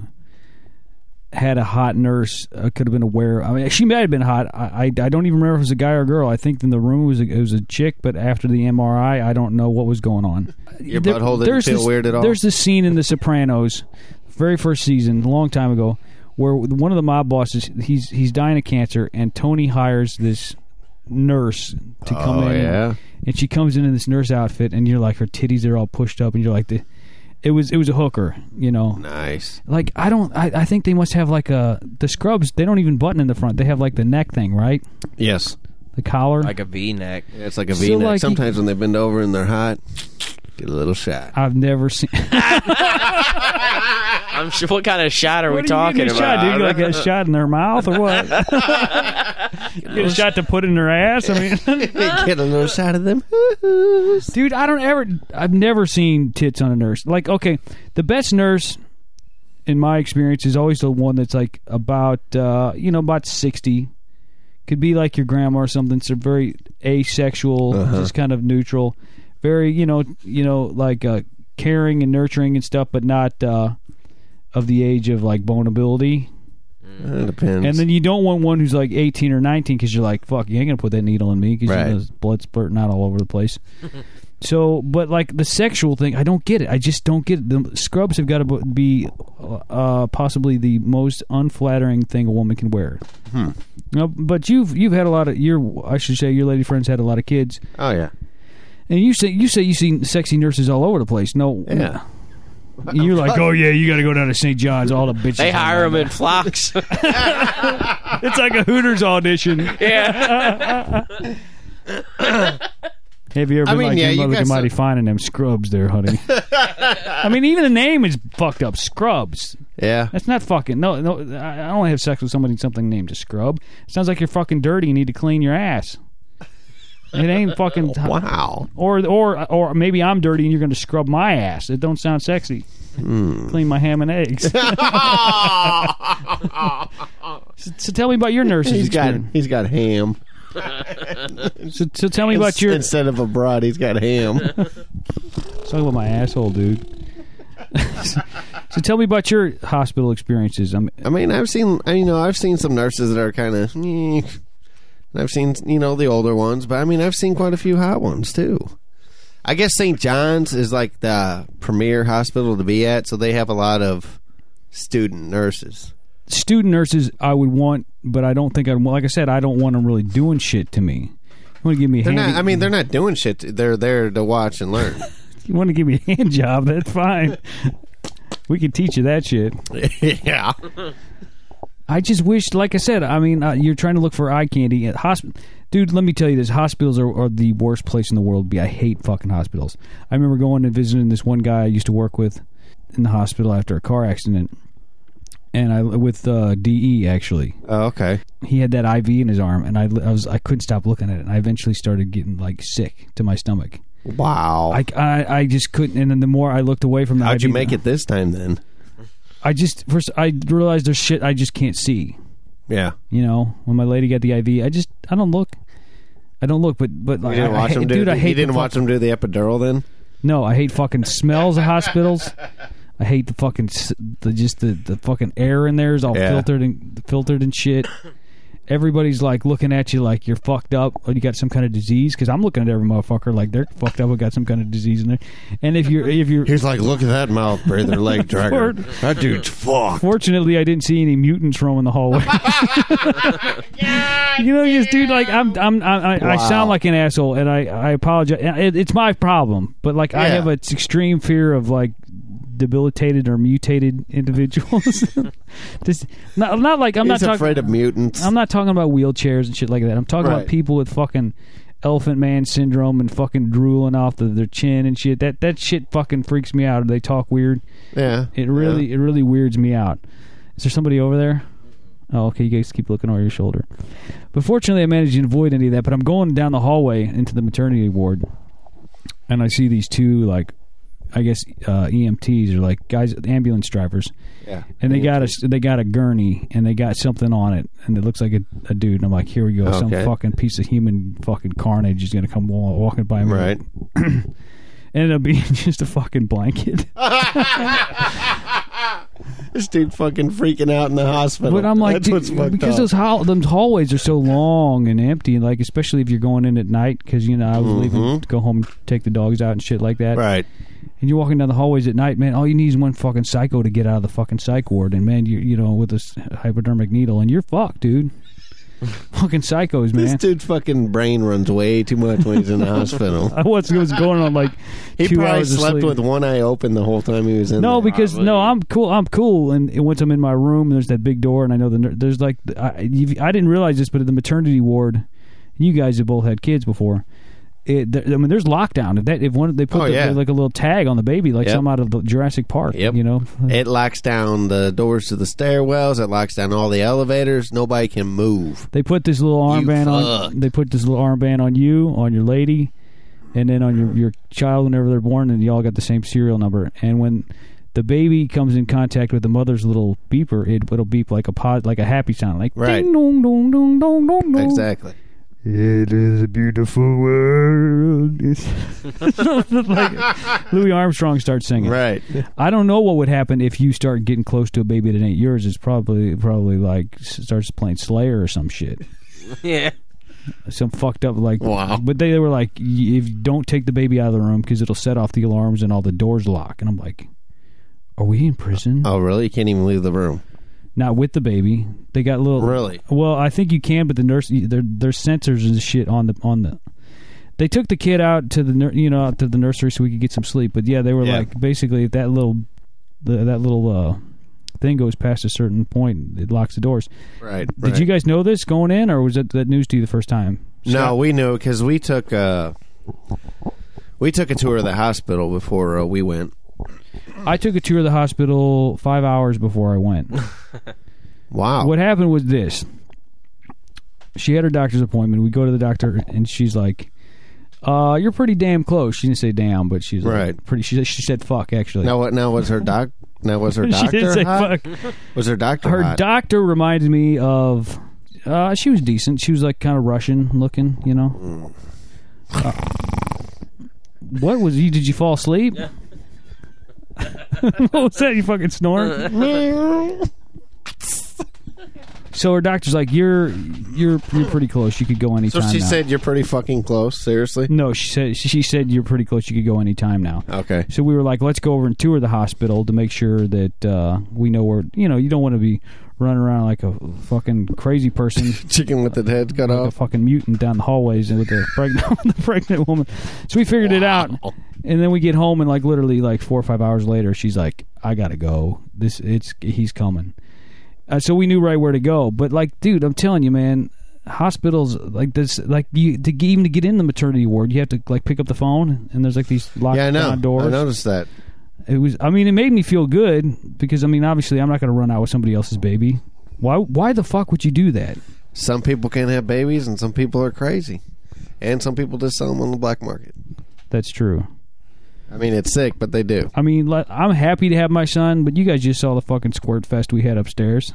B: had a hot nurse. I could have been aware. I mean, she might have been hot. I, I I don't even remember if it was a guy or a girl. I think in the room it was a, it was a chick, but after the MRI, I don't know what was going on.
C: Your butthole didn't
B: there's
C: feel
B: this-
C: weird at all?
B: There's this scene in The Sopranos, very first season, a long time ago, where one of the mob bosses he's he's dying of cancer, and Tony hires this nurse to come
C: Oh,
B: in
C: yeah?
B: and she comes in in this nurse outfit, and you're like her titties are all pushed up, and you're like the, it was it was a hooker, you know.
C: Nice.
B: Like I don't, I, I think they must have like a the scrubs. They don't even button in the front. They have like the neck thing, right?
C: Yes.
B: The collar.
D: like a V neck.
C: Yeah, it's like a
B: So,
C: V-neck.
B: like,
C: Sometimes when they bend over and they're hot, get a little shot.
B: I've never seen.
D: I'm sure. What kind of shot are
B: What
D: we
B: do you
D: talking
B: mean a
D: about?
B: Shot, dude? You like a shot in their mouth or what? Get a shot to put in their ass. I mean,
C: get a little shot of them.
B: dude, I don't ever. I've never seen tits on a nurse. Like, okay, the best nurse in my experience is always the one that's like about uh, you know about sixty. Could be like your grandma or something. So very asexual,
D: Uh-huh.
B: just kind of neutral, very you know you know like uh, caring and nurturing and stuff, but not uh, of the age of like vulnerability.
C: It depends.
B: And then you don't want one who's like 18 or 19 because you're like, fuck, you ain't going to put that needle in me because
C: Right.
B: you know, there's blood spurting out all over the place. so, but like the sexual thing, I don't get it. I just don't get it. The scrubs have got to be uh, possibly the most unflattering thing a woman can wear.
C: Hmm.
B: No, but you've you've had a lot of your I should say your lady friends had a lot of kids,
C: oh, yeah.
B: and you say you say you see sexy nurses all over the place. No,
C: Yeah.
B: you're like, oh yeah, you got to go down to St. John's. All the bitches
D: They
B: hang out
D: hire them
B: there."
D: in flocks.
B: It's like a Hooters audition.
D: yeah.
B: Have you ever
C: I
B: been
C: mean,
B: like
C: yeah, you
B: your mother
C: got
B: can mighty
C: some-
B: fine in them scrubs there, honey? I mean, even the name is fucked up. Scrubs.
C: Yeah.
B: That's not fucking. No, no. I I don't wanna have sex with somebody something named a scrub. sounds like you're fucking dirty. You need to clean your ass. It ain't fucking.
C: Wow.
B: Or or or maybe I'm dirty and you're going to scrub my ass. It don't sound sexy. Clean my ham and eggs. Oh, so, so tell me about your nurse's
C: He's got
B: experience.
C: he's got ham.
B: So, so tell me about your.
C: Instead of a broad, he's got ham.
B: Talk about my asshole, dude. so tell me about your hospital experiences. I'm,
C: I mean, I've seen, I you know, I've seen some nurses that are kind of, I've seen, you know, the older ones, but I mean, I've seen quite a few hot ones too. I guess St. John's is like the premier hospital to be at, so they have a lot of student nurses.
B: student nurses I would want, but I don't think I'd want. Like I said, I don't want them really doing shit to me. You want to give me a
C: They're
B: hand?
C: not, I mean, they're not doing shit. They're there to watch and learn.
B: you want to give me a hand job? That's fine. we can teach you that shit.
C: yeah.
B: I just wish, like I said, I mean, uh, you're trying to look for eye candy at hospital. Dude, let me tell you this: hospitals are, are the worst place in the world. to Be I hate fucking hospitals. I remember going and visiting this one guy I used to work with in the hospital after a car accident, and I with uh, DE actually.
C: Oh, okay.
B: he had that IV in his arm, and I, I was I couldn't stop looking at it, and I eventually started getting like sick to my stomach.
C: Wow.
B: I, I, I just couldn't, and then the more I looked away from that,
C: How'd you make it this time then?
B: I just first I realized there's shit I just can't see.
C: Yeah.
B: You know, when my lady got the IV, I just I don't look, I don't look, but but
C: You
B: like
C: didn't
B: I,
C: watch
B: I,
C: him do.
B: dude, I hate
C: you didn't
B: the
C: watch
B: fuck-
C: him do the epidural then.
B: No, I hate fucking smells of hospitals. I hate the fucking s- the just the, the fucking air in there is all
C: Yeah.
B: filtered and filtered and shit. Everybody's like looking at you like you're fucked up or you got some kind of disease because I'm looking at every motherfucker like they're fucked up or got some kind of disease in there. And if you're if you're
C: He's like, look at that mouth breather, leg dragger.
B: Lord.
C: That dude's fucked.
B: fortunately I didn't see any mutants roaming the hallway. you know, just dude, like I'm I'm, i I, I
C: Wow.
B: sound like an asshole and I I apologize. And It, it's my problem, but like I
C: Yeah.
B: have an extreme fear of like debilitated or mutated individuals. Just not not like I'm
C: He's
B: not
C: afraid
B: talking.
C: of mutants.
B: I'm not talking about wheelchairs and shit like that. I'm talking
C: Right.
B: about people with fucking elephant man syndrome and fucking drooling off the, their chin and shit. That that shit fucking freaks me out. They talk weird.
C: yeah.
B: It really it really weirds me out. Is there somebody over there? Oh, okay. You guys keep looking over your shoulder. But fortunately, I managed to avoid any of that. But I'm going down the hallway into the maternity ward, and I see these two like, I guess uh, EMTs or like guys ambulance drivers,
C: Yeah.
B: and they
C: E
B: got a they got a gurney and they got something on it, and it looks like a, a dude. And I'm like, here we go, some
C: Okay.
B: fucking piece of human fucking carnage is gonna come wa- walking by me.
C: Right.
B: Ended up being just a fucking blanket.
C: This dude fucking freaking out in the hospital.
B: But I'm like,
C: that's
B: dude,
C: what's fucked
B: because
C: up.
B: those hall- them hallways are so long and empty. Like, especially if you're going in at night, because you know I was leaving to go home, take the dogs out and shit like that.
C: Mm-hmm. right.
B: And you're walking down the hallways at night, man. All you need is one fucking psycho to get out of the fucking psych ward, and man, you you know with this hypodermic needle, and you're fucked, dude. fucking psychos,
C: This
B: man.
C: dude's fucking brain runs way too much when he's in the hospital.
B: I was, it was going on like
C: He
B: two
C: probably
B: hours of
C: slept
B: sleep.
C: with one eye open the whole time he was in.
B: No,
C: there.
B: because no, I'm cool. I'm cool. And it- once I'm in my room, there's that big door, and I know the ner- there's like I, you've- I didn't realize this, but in the maternity ward, you guys have both had kids before. It, there, I mean, there's lockdown. If that if one they put
C: Oh,
B: the,
C: yeah.
B: like a little tag on the baby, like
C: Yep.
B: some out of the Jurassic Park.
C: Yep.
B: You know,
C: it locks down the doors to the stairwells. It locks down all the elevators. Nobody can move.
B: they put this little
C: You
B: armband on.
C: fucked.
B: They put this little armband on you, on your lady, and then on your your child whenever they're born, and y'all got the same serial number. And when the baby comes in contact with the mother's little beeper, it it'll beep like a pod, like a happy sound, like
C: Right.
B: ding dong dong dong dong dong dong.
C: Exactly.
F: It is a beautiful world.
B: like Louis Armstrong starts singing.
C: Right.
B: I don't know what would happen if you start getting close to a baby that ain't yours. It's probably probably like s- starts playing Slayer or some shit.
D: yeah.
B: some fucked up like
C: Wow.
B: but they, they were like "Y- if you don't take the baby out of the room because it'll set off the alarms and all the doors lock and i'm like are we in prison
C: Oh, really? You can't even leave the room.
B: not with the baby they got little
C: Really?
B: well i think you can but the nurse there there's sensors and shit on the on the they took the kid out to the nur- you know out to the nursery so we could get some sleep but yeah they were
C: Yeah.
B: like basically if that little the, that little uh thing goes past a certain point it locks the doors
C: Right.
B: did you guys know this going in or was it that news to you the first time
C: No, we knew because we took a we took a tour of the hospital before uh, we went.
B: I took a tour of the hospital five hours before I went.
C: Wow.
B: What happened was this: she had her doctor's appointment. We go to the doctor, and she's like, "Uh, you're pretty damn close." She didn't say damn, but she's like,
C: Right.
B: pretty. She, she said fuck actually.
C: Now what? Now was her doc? Now was her
B: she
C: doctor
B: didn't say
C: hot?
B: fuck.
C: Was her doctor
B: Her
C: hot?
B: doctor reminded me of Uh, she was decent. She was like kind of Russian looking, you know.
C: Mm.
B: Uh, what was you? Did you fall asleep? what was that? You fucking snort. so her doctor's like, "You're, you're, you're pretty close. You could go
C: So
B: anytime."
C: she
B: now."
C: said you're pretty fucking close. Seriously.
B: "No." She said, "She said you're pretty close. You could go anytime now."
C: Okay.
B: So we were like, let's go over and tour the hospital to make sure that uh, we know where. You know, you don't want to be running around like a fucking crazy person,
C: Chicken with the head cut
B: like a
C: off.
B: fucking mutant down the hallways with the pregnant, the pregnant woman. So we figured it out, and then we get home and like literally like four or five hours later, she's like, I gotta go. This it's he's coming. Uh, so we knew right where to go. But like, dude, I'm telling you, man. Hospitals like this, like you to get- even to get in the maternity ward, you have to like pick up the phone, and there's like these locked
C: Yeah, I know.
B: down doors
C: I noticed that.
B: it was i mean it made me feel good because i mean obviously i'm not going to run out with somebody else's baby why why the fuck would you do that
C: Some people can't have babies, and some people are crazy, and some people just sell them on the black market.
B: that's true
C: I mean, it's sick, but they do.
B: i mean like, i'm happy to have my son but you guys just saw the fucking squirt fest we had upstairs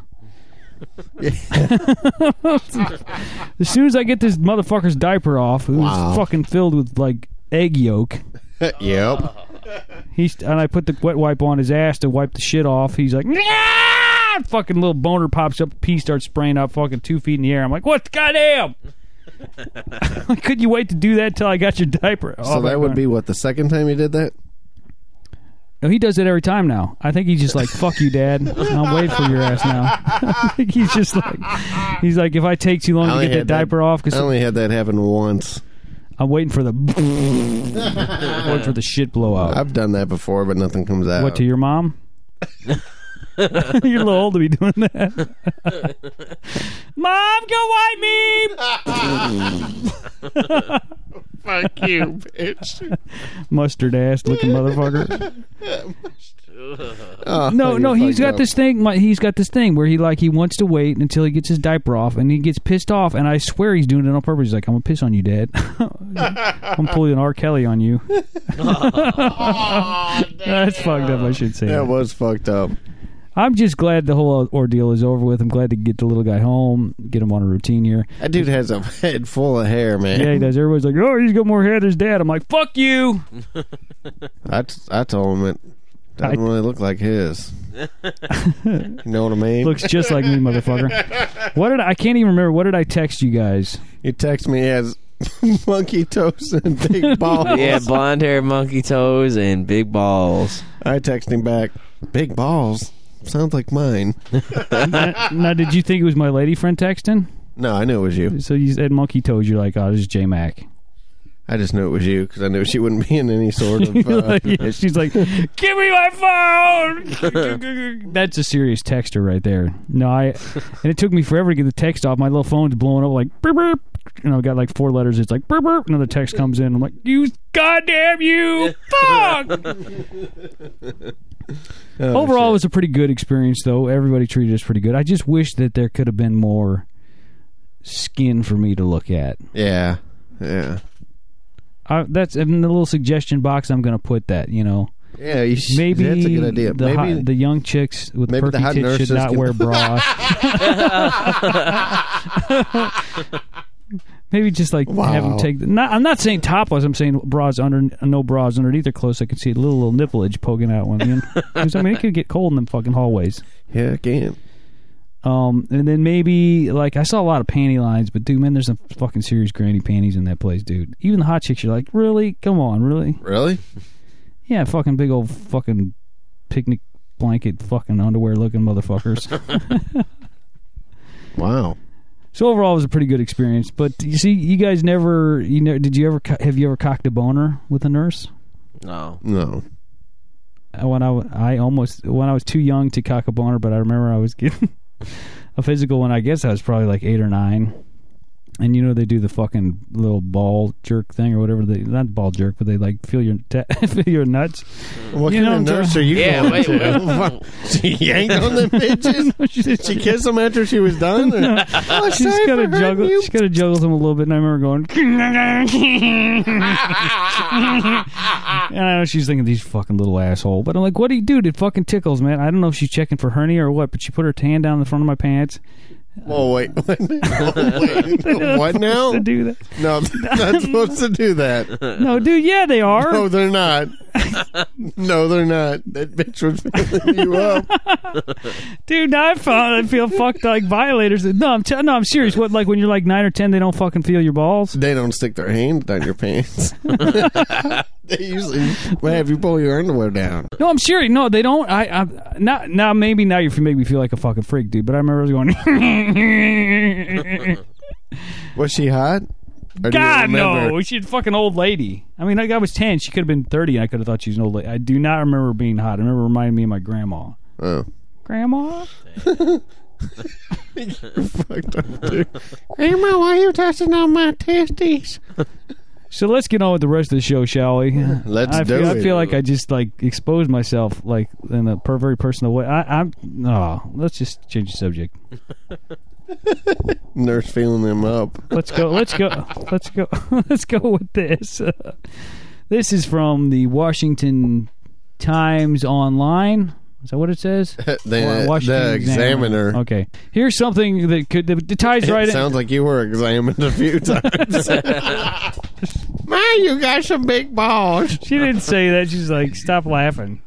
B: as soon as i get this motherfucker's diaper off it was
C: Wow.
B: fucking filled with like egg yolk
C: yep.
B: he's and i put the wet wipe on his ass to wipe the shit off he's like "Nyah!" fucking little boner pops up pee starts spraying out fucking two feet in the air i'm like what the goddamn could you wait to do that till I got your diaper? Oh
C: So that would be what the second time you did that.
B: No, he does it every time now. I think he's just like, "Fuck you, Dad. I'll wait for your ass now." I think he's just like, he's like, if I take too long
C: I
B: to
C: only
B: get that
C: had that-
B: diaper off,
C: I
B: because
C: only had that happen once.
B: I'm waiting for the, I'm waiting for the shit blowout.
C: I've done that before, but nothing comes out.
B: What to your mom? You're a little old to be doing that. mom, go wipe me.
E: Fuck you, bitch.
B: Mustard ass looking motherfucker.
C: Oh,
B: No,
C: you're
B: no, he's
C: fucked
B: got
C: up.
B: this thing. My, he's got this thing where he like he wants to wait until he gets his diaper off, and he gets pissed off. And I swear he's doing it on purpose. He's like, "I'm gonna piss on you, Dad. I'm pulling an R. Kelly on you." That's fucked up. I should say.
C: That was fucked up.
B: I'm just glad the whole ordeal is over with. I'm glad to get the little guy home, get him on a routine here.
C: That dude has a head full of hair, man.
B: Yeah, he does. Everybody's like, "Oh, he's got more hair than his dad." I'm like, "Fuck you."
C: I, t- I told him it doesn't
B: I-
C: really look like his. you know what I mean?
B: Looks just like me, motherfucker. What did I, I can't even remember? What did I text you guys?
C: He texts me as monkey toes and big balls.
D: Yeah, blonde hair, monkey toes, and big balls.
C: I text him back, big balls. Sounds like mine.
B: now, did you think it was my lady friend texting?
C: No, I knew it was you.
B: So you said monkey toes. You're like, "Oh, this is J Mac."
C: I just knew it was you because I knew she wouldn't be in any sort of. Uh,
B: Yeah, she's like, "Give me my phone." That's a serious texter right there. No, I and it took me forever to get the text off. My little phone's blowing up like burp burp, and I've got like four letters. It's like burp burp. Another text comes in. I'm like, "You goddamn you, fuck!"
C: oh,
B: Overall, it was a pretty good experience, though. Everybody treated us pretty good. I just wish that there could have been more skin for me to look at.
C: shit. Yeah. Yeah.
B: I, that's in the little suggestion box. I'm going to put that. You know.
C: Yeah, you should,
B: Maybe
C: that's a good idea.
B: The,
C: maybe
B: hot- the young chicks with
C: maybe the
B: perky
C: hot
B: tits should
C: nurses
B: not
C: can-
B: wear bras. maybe just like have them
C: Wow.
B: take. The, not, I'm not saying topless. I'm saying bras under, no bras underneath their clothes. So I can see a little little nippleage poking out one. You know? 'Cause, I mean, it could get cold in them fucking hallways.
C: yeah, again.
B: Um, and then maybe like I saw a lot of panty lines, but dude, man, there's some fucking serious granny panties in that place, dude. Even the hot chicks, you're like, really? Come on, really?
C: Really?
B: Yeah, fucking big old fucking picnic blanket fucking underwear looking motherfuckers.
C: Wow.
B: so overall, it was a pretty good experience. But you see, you guys never, you know, did you ever co- have you ever cocked a boner with a nurse?
D: No.
C: No.
B: Uh, When I, w- I almost when I was too young to cock a boner, but I remember I was getting a physical one. I guess I was probably like eight or nine. And you know they do the fucking little ball jerk thing or whatever they not ball jerk, but they like feel your te- feel your nuts.
C: What
B: You
C: kind
B: know,
C: of nurse are you
D: Yeah,
C: going
D: wait,
C: to? she yanked on the bitches. She kissed him after she was done. Or, oh,
B: She's
C: sorry
B: gotta
C: for hurting
B: juggle.
C: you.
B: She's gotta juggle them a little bit, and I remember going. and I know she's thinking these fucking little asshole, but I'm like, what do you do? It fucking tickles, man. I don't know if she's checking for hernia or what, but she put her hand down the front of my pants,
C: Oh wait, what now?
B: to do that.
C: No, they're not supposed to do that.
B: No, dude, yeah, they are.
C: No, they're not. No, they're not. That bitch was filling you up.
B: Dude, now I found I feel fucked like violators. No, I'm t- no, I'm serious. What like when you're like nine or ten, they don't fucking feel your balls.
C: They don't stick their hand down your pants. they usually have you pull your underwear down.
B: No, I'm serious. No, they don't. I, I now now maybe now you make me feel like a fucking freak, dude. But I remember I was going.
C: Was she hot? Or do you
B: God
C: remember?
B: no, she's a fucking old lady. I mean, like I was ten, she could have been thirty. and I could have thought she was an old lady. I do not remember being hot. I remember reminding me of my grandma.
C: Oh.
B: Grandma,
C: Fucked up, dude. Grandma, why are you touching on my testes?
B: So let's get on with the rest of the show, shall we?
C: let's
B: I
C: do
B: feel, I
C: it.
B: feel like I just like exposed myself like in a per- very personal way. I, I'm no. Let's just change the subject.
C: Nurse feeling them up.
B: Let's go. Let's go. let's go. Let's go with this. this is from the Washington Times Online. Is that what it says?
C: the,
B: Wa-
C: the examiner.
B: Okay. Here's something that could that ties right
C: It
B: in.
C: sounds like you were examined a few times. Man, you got some big balls.
B: she didn't say that. She's like, stop laughing.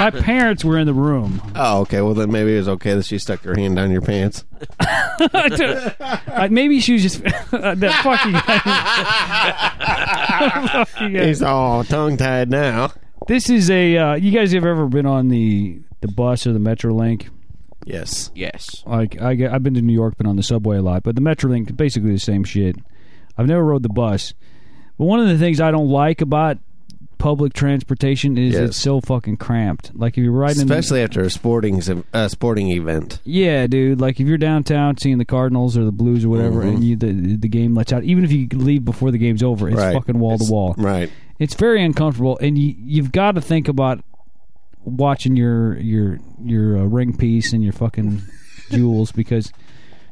B: My parents were in the room.
C: Oh, okay. Well, then maybe it was okay that she stuck her hand down your pants.
B: Uh, maybe she was just that fucking guy. Fucking guy.
C: He's all tongue tied now.
B: This is a. Uh, you guys have ever been on the the bus or the MetroLink?
C: Yes.
D: Yes.
B: Like I, get- I've been to New York, been on the subway a lot, but the MetroLink is basically the same shit. I've never rode the bus, but one of the things I don't like about public transportation is
C: Yes.
B: it's so fucking cramped. Like if you're riding, in the-
C: Especially after a sporting s- uh, sporting event.
B: Yeah, dude. Like if you're downtown seeing the Cardinals or the Blues or whatever,
C: Mm-hmm.
B: and you the the game lets out, even if you leave before the game's over, it's
C: Right.
B: fucking wall to wall.
C: Right.
B: It's very uncomfortable, and you you've got to think about watching your your your uh, ring piece and your fucking jewels because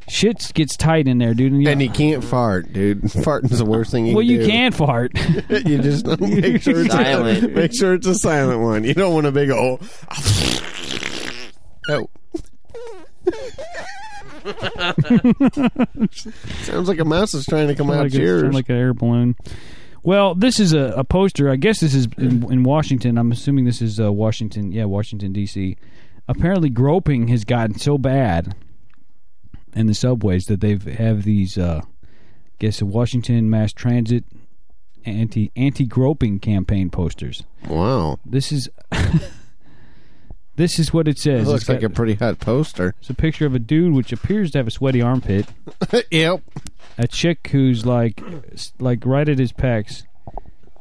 B: shit gets tight in there, dude. And, you,
C: And you can't fart, dude. Farting's the worst thing you
B: well,
C: can
B: you
C: do.
B: can fart.
C: You just make sure it's A,
D: Silent.
C: make sure it's a silent one. You don't want a big old. Oh. Sounds like a mouse is trying to come out of
B: like,
C: yours.
B: sound like an air balloon. Well, this is a, a poster. I guess this is in, in Washington. I'm assuming this is uh, Washington. Yeah, Washington D.C. Apparently, groping has gotten so bad in the subways that they've have these. Uh, guess the Washington Mass Transit anti anti groping campaign posters.
C: wow,
B: This is. This is what it says.
C: it looks
B: It's
C: like
B: got-
C: a pretty hot poster.
B: it's a picture of a dude which appears to have a sweaty armpit
C: yep.
B: a chick who's like s- like right at his pecs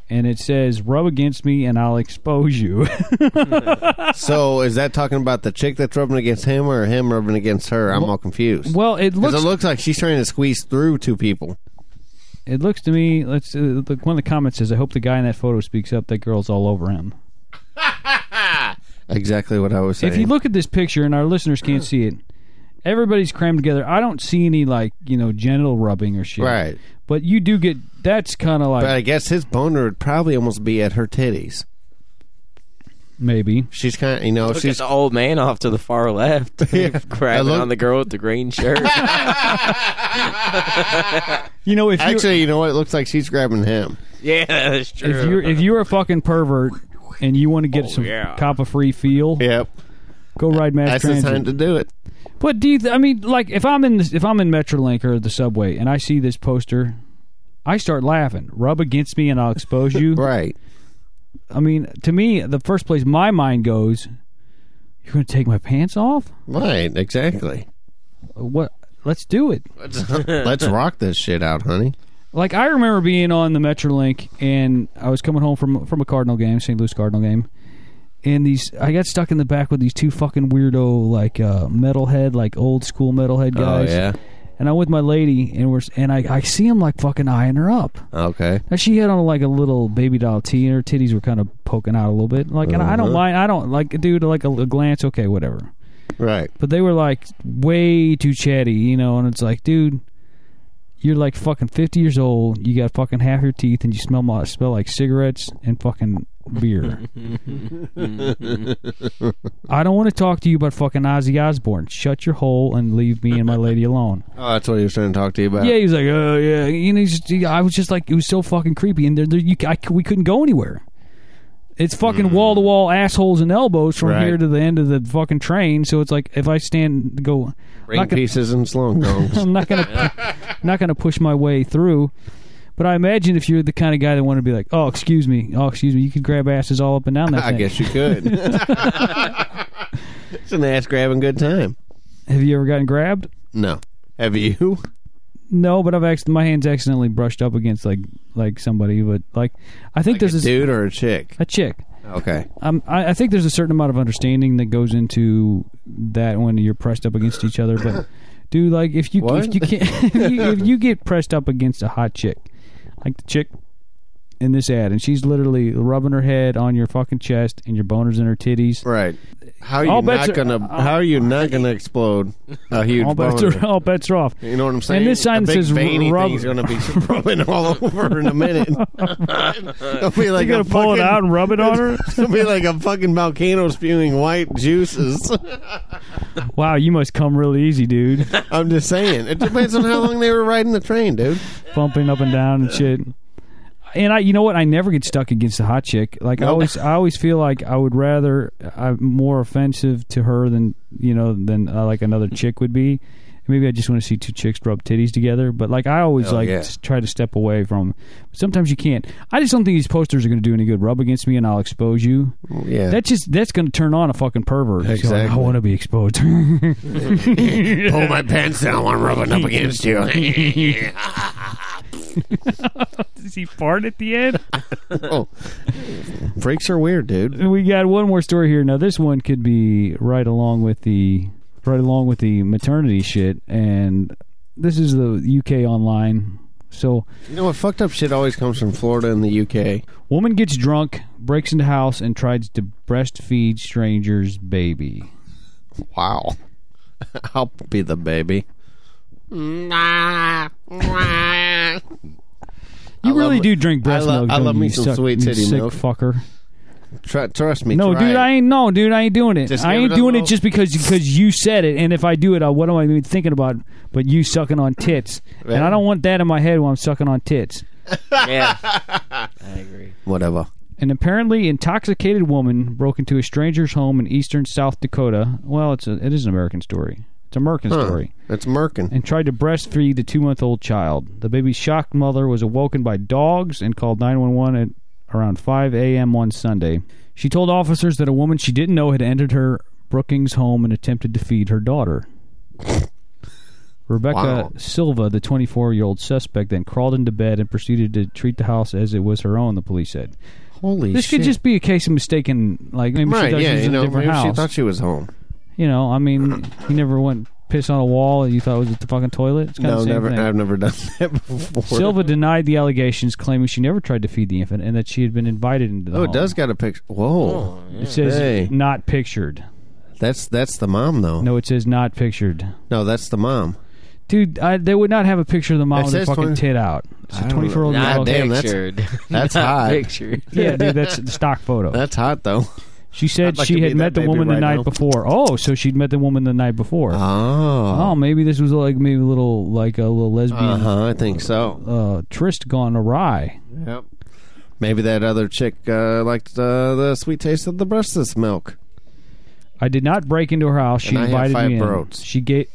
B: and it says rub against me and i'll expose you
C: So is that talking about the chick that's rubbing against him or him rubbing against her? I'm all confused.
B: well it
C: 'Cause
B: looks
C: it looks like she's trying to squeeze through two people.
B: it looks to me let's uh, look, one of the comments says i hope the guy in that photo speaks up that girl's all over him
C: Exactly what I was saying.
B: if you look at this picture and our listeners can't see it everybody's crammed together i don't see any like you know genital rubbing or shit
C: right,
B: but you do get that's kind of like
C: but I guess his boner would probably almost be at her titties.
B: maybe
C: She's kind of, you know,
D: Look
C: she's
D: at the old man off to the far left,
C: I
D: grabbing
C: look-
D: on the girl with the green shirt.
B: you know if you
C: Actually, you know what? It looks like she's grabbing him.
D: yeah, that's true.
B: if you're if you're a fucking pervert and you want to
C: Oh,
B: get some
D: yeah.
B: cop a free feel
C: Yep.
B: go ride mass
C: That's
B: transit
C: the time to do it.
B: But do you? Th- I mean, like if I'm in this, if I'm in MetroLink or the subway and I see this poster, I start laughing. Rub against me and I'll expose you.
C: Right.
B: I mean, to me, the first place my mind goes, you're going to take my pants off?
C: Right. Exactly.
B: What? Let's do it.
C: Let's rock this shit out, honey.
B: Like I remember being on the MetroLink and I was coming home from from a Cardinal game, St. Louis Cardinal game, and these I got stuck in the back with these two fucking weirdo like uh, metalhead, like old school metalhead guys.
C: Oh, yeah.
B: And I'm with my lady and we're s- and I I see him like fucking eyeing her up.
C: Okay.
B: Now she had on like a little baby doll tee, and her titties were kind of poking out a little bit. Like, and I don't mind. I don't like, dude, like a, a glance, okay, whatever.
C: Right.
B: But they were like way too chatty, you know. And it's like, dude, you're like fucking fifty years old. You got fucking half your teeth, and you smell mo- smell like cigarettes and fucking beer. I don't want to talk to you about fucking Ozzy Osbourne. Shut your hole and leave me and my lady alone.
C: Oh, that's what he was trying to talk to you about.
B: Yeah, he was like, oh yeah, you know. He's just, he- I was just like, it was so fucking creepy, and there, there you, I, we couldn't go anywhere. It's fucking wall to wall assholes and elbows from
C: Mm. Right.
B: here to the end of the fucking train. So it's like if I stand go, I'm
C: Ring
B: not gonna,
C: pieces and slung gongs.
B: I'm not gonna, not gonna push my way through. But I imagine if you're the kind of guy that wanted to be like, oh excuse me, oh excuse me, you could grab asses all up and down that
C: I
B: thing.
C: guess you could. it's an ass grabbing good time.
B: Have you ever gotten grabbed?
C: No. Have you?
B: No, but I've actually my hands accidentally brushed up against like like somebody, but like I think
C: Like a
B: there's a,
C: dude or a chick?
B: a chick.
C: Okay.
B: um, I, I think there's a certain amount of understanding that goes into that when you're pressed up against each other. But, dude, like if you
C: What?
B: if you can if you, if you get pressed up against a hot chick, like the chick in this ad, and she's literally rubbing her head on your fucking chest and your boners in her titties.
C: Right. How are you
B: All bets
C: not
B: are-
C: gonna?
B: uh,
C: how are you not gonna explode a huge
B: All bets,
C: boner?
B: are, all bets are off.
C: You know what I'm saying?
B: And this sign
C: a big
B: says
C: veiny
B: rub-
C: thing's gonna be rubbing all over in a minute. It'll be like
B: You gotta
C: a
B: pull it
C: fucking-
B: out and rub it on her.
C: It'll be like a fucking volcano spewing white juices.
B: Wow, you must come really easy, dude.
C: I'm just saying. It depends on how long they were riding the train, dude.
B: bumping up and down and shit. And I, you know what? I never get stuck against the hot chick. Like I
C: Nope.
B: always, I always feel like I would rather uh, I'm more offensive to her than you know than uh, like another chick would be. Maybe I just want to see two chicks rub titties together. But like I always
C: Hell
B: like
C: yeah.
B: s- try to step away from. Sometimes you can't. I just don't think these posters are going to do any good. Rub against me and I'll expose you.
C: Yeah.
B: That's just that's going to turn on a fucking pervert. He's going, I
C: Exactly.
B: want to be exposed.
C: Pull my pants down. I'm rubbing up against you.
B: Does he fart at the end?
C: oh. Freaks are weird, dude.
B: we got one more story here. Now this one could be right along with the right along with the maternity shit, and this is the UK online. So,
C: You know what? Fucked up shit always comes from Florida and the UK.
B: woman gets drunk, breaks into house, and tries to breastfeed stranger's baby.
C: Wow. I'll be the baby.
B: You
C: I
B: really
C: love-
B: do drink breast
C: I love-
B: milk.
C: I
B: don't
C: love
B: you,
C: me
B: you
C: some
B: suck-
C: sweet
B: you
C: titty
B: sick
C: milk.
B: Fucker.
C: Try, trust me.
B: No,
C: try
B: dude,
C: it.
B: I ain't. No, dude, I ain't doing it.
C: Just
B: I
C: give
B: ain't
C: it a
B: doing it
C: little-
B: just because because you said it. And if I do it, I, what am I even thinking about? But you sucking on tits, and I don't want that in my head while I'm sucking on tits.
D: yeah, I agree.
C: Whatever.
B: An apparently intoxicated woman broke into a stranger's home in eastern South Dakota. Well, it's a, it is an American story. It's an American
C: Huh.
B: story.
C: It's Merkin.
B: And tried to breastfeed the two month old child. The baby's shocked mother was awoken by dogs and called 911 at around 5 a.m. one Sunday. She told officers that a woman she didn't know had entered her Brookings home and attempted to feed her daughter. Rebecca
C: Wow.
B: Silva, the 24 year old suspect, then crawled into bed and proceeded to treat the house as it was her own, the police said.
C: Holy
B: This
C: shit.
B: could just be a case of mistaken, like maybe she
C: right,
B: thought
C: yeah,
B: she was
C: you
B: in a
C: know,
B: different
C: maybe
B: house.
C: she thought she was home.
B: you know, I mean, you never went piss on a wall. You thought it was at the fucking toilet. It's kind of
C: No,
B: the same
C: never.
B: thing.
C: I've never done that before.
B: Silva denied the allegations, claiming she never tried to feed the infant and that she had been invited into the
C: Oh,
B: home. Oh,
C: it does got a picture. Whoa,
B: It says
C: Hey.
B: not pictured.
C: that's that's the mom though. No,
B: No, it says not pictured.
C: that's the mom.
B: Dude, I, they would not have a picture of the mom
C: It
B: with her
C: says
B: fucking
C: 20
B: tit out. It's a 24 year old
D: Not
B: girl.
C: damn, that's-
D: pictured.
C: that's
D: Not
C: hot.
D: Pictured.
B: Yeah, dude, that's the stock photo.
C: That's hot though.
B: she said
C: I'd like
B: she
C: to be
B: had met
C: that
B: the
C: baby
B: woman the
C: right
B: night
C: now.
B: before. Oh, so she'd met the woman the night before. Oh,
C: Oh,
B: maybe this was like maybe a little like a little lesbian
C: uh huh. I think so.
B: uh, tryst gone awry.
C: Yep. Maybe that other chick uh, liked uh, the sweet taste of the breastless milk.
B: I did not break into her house. She
C: And I have
B: invited
C: five
B: me in.
C: broads.
B: She gave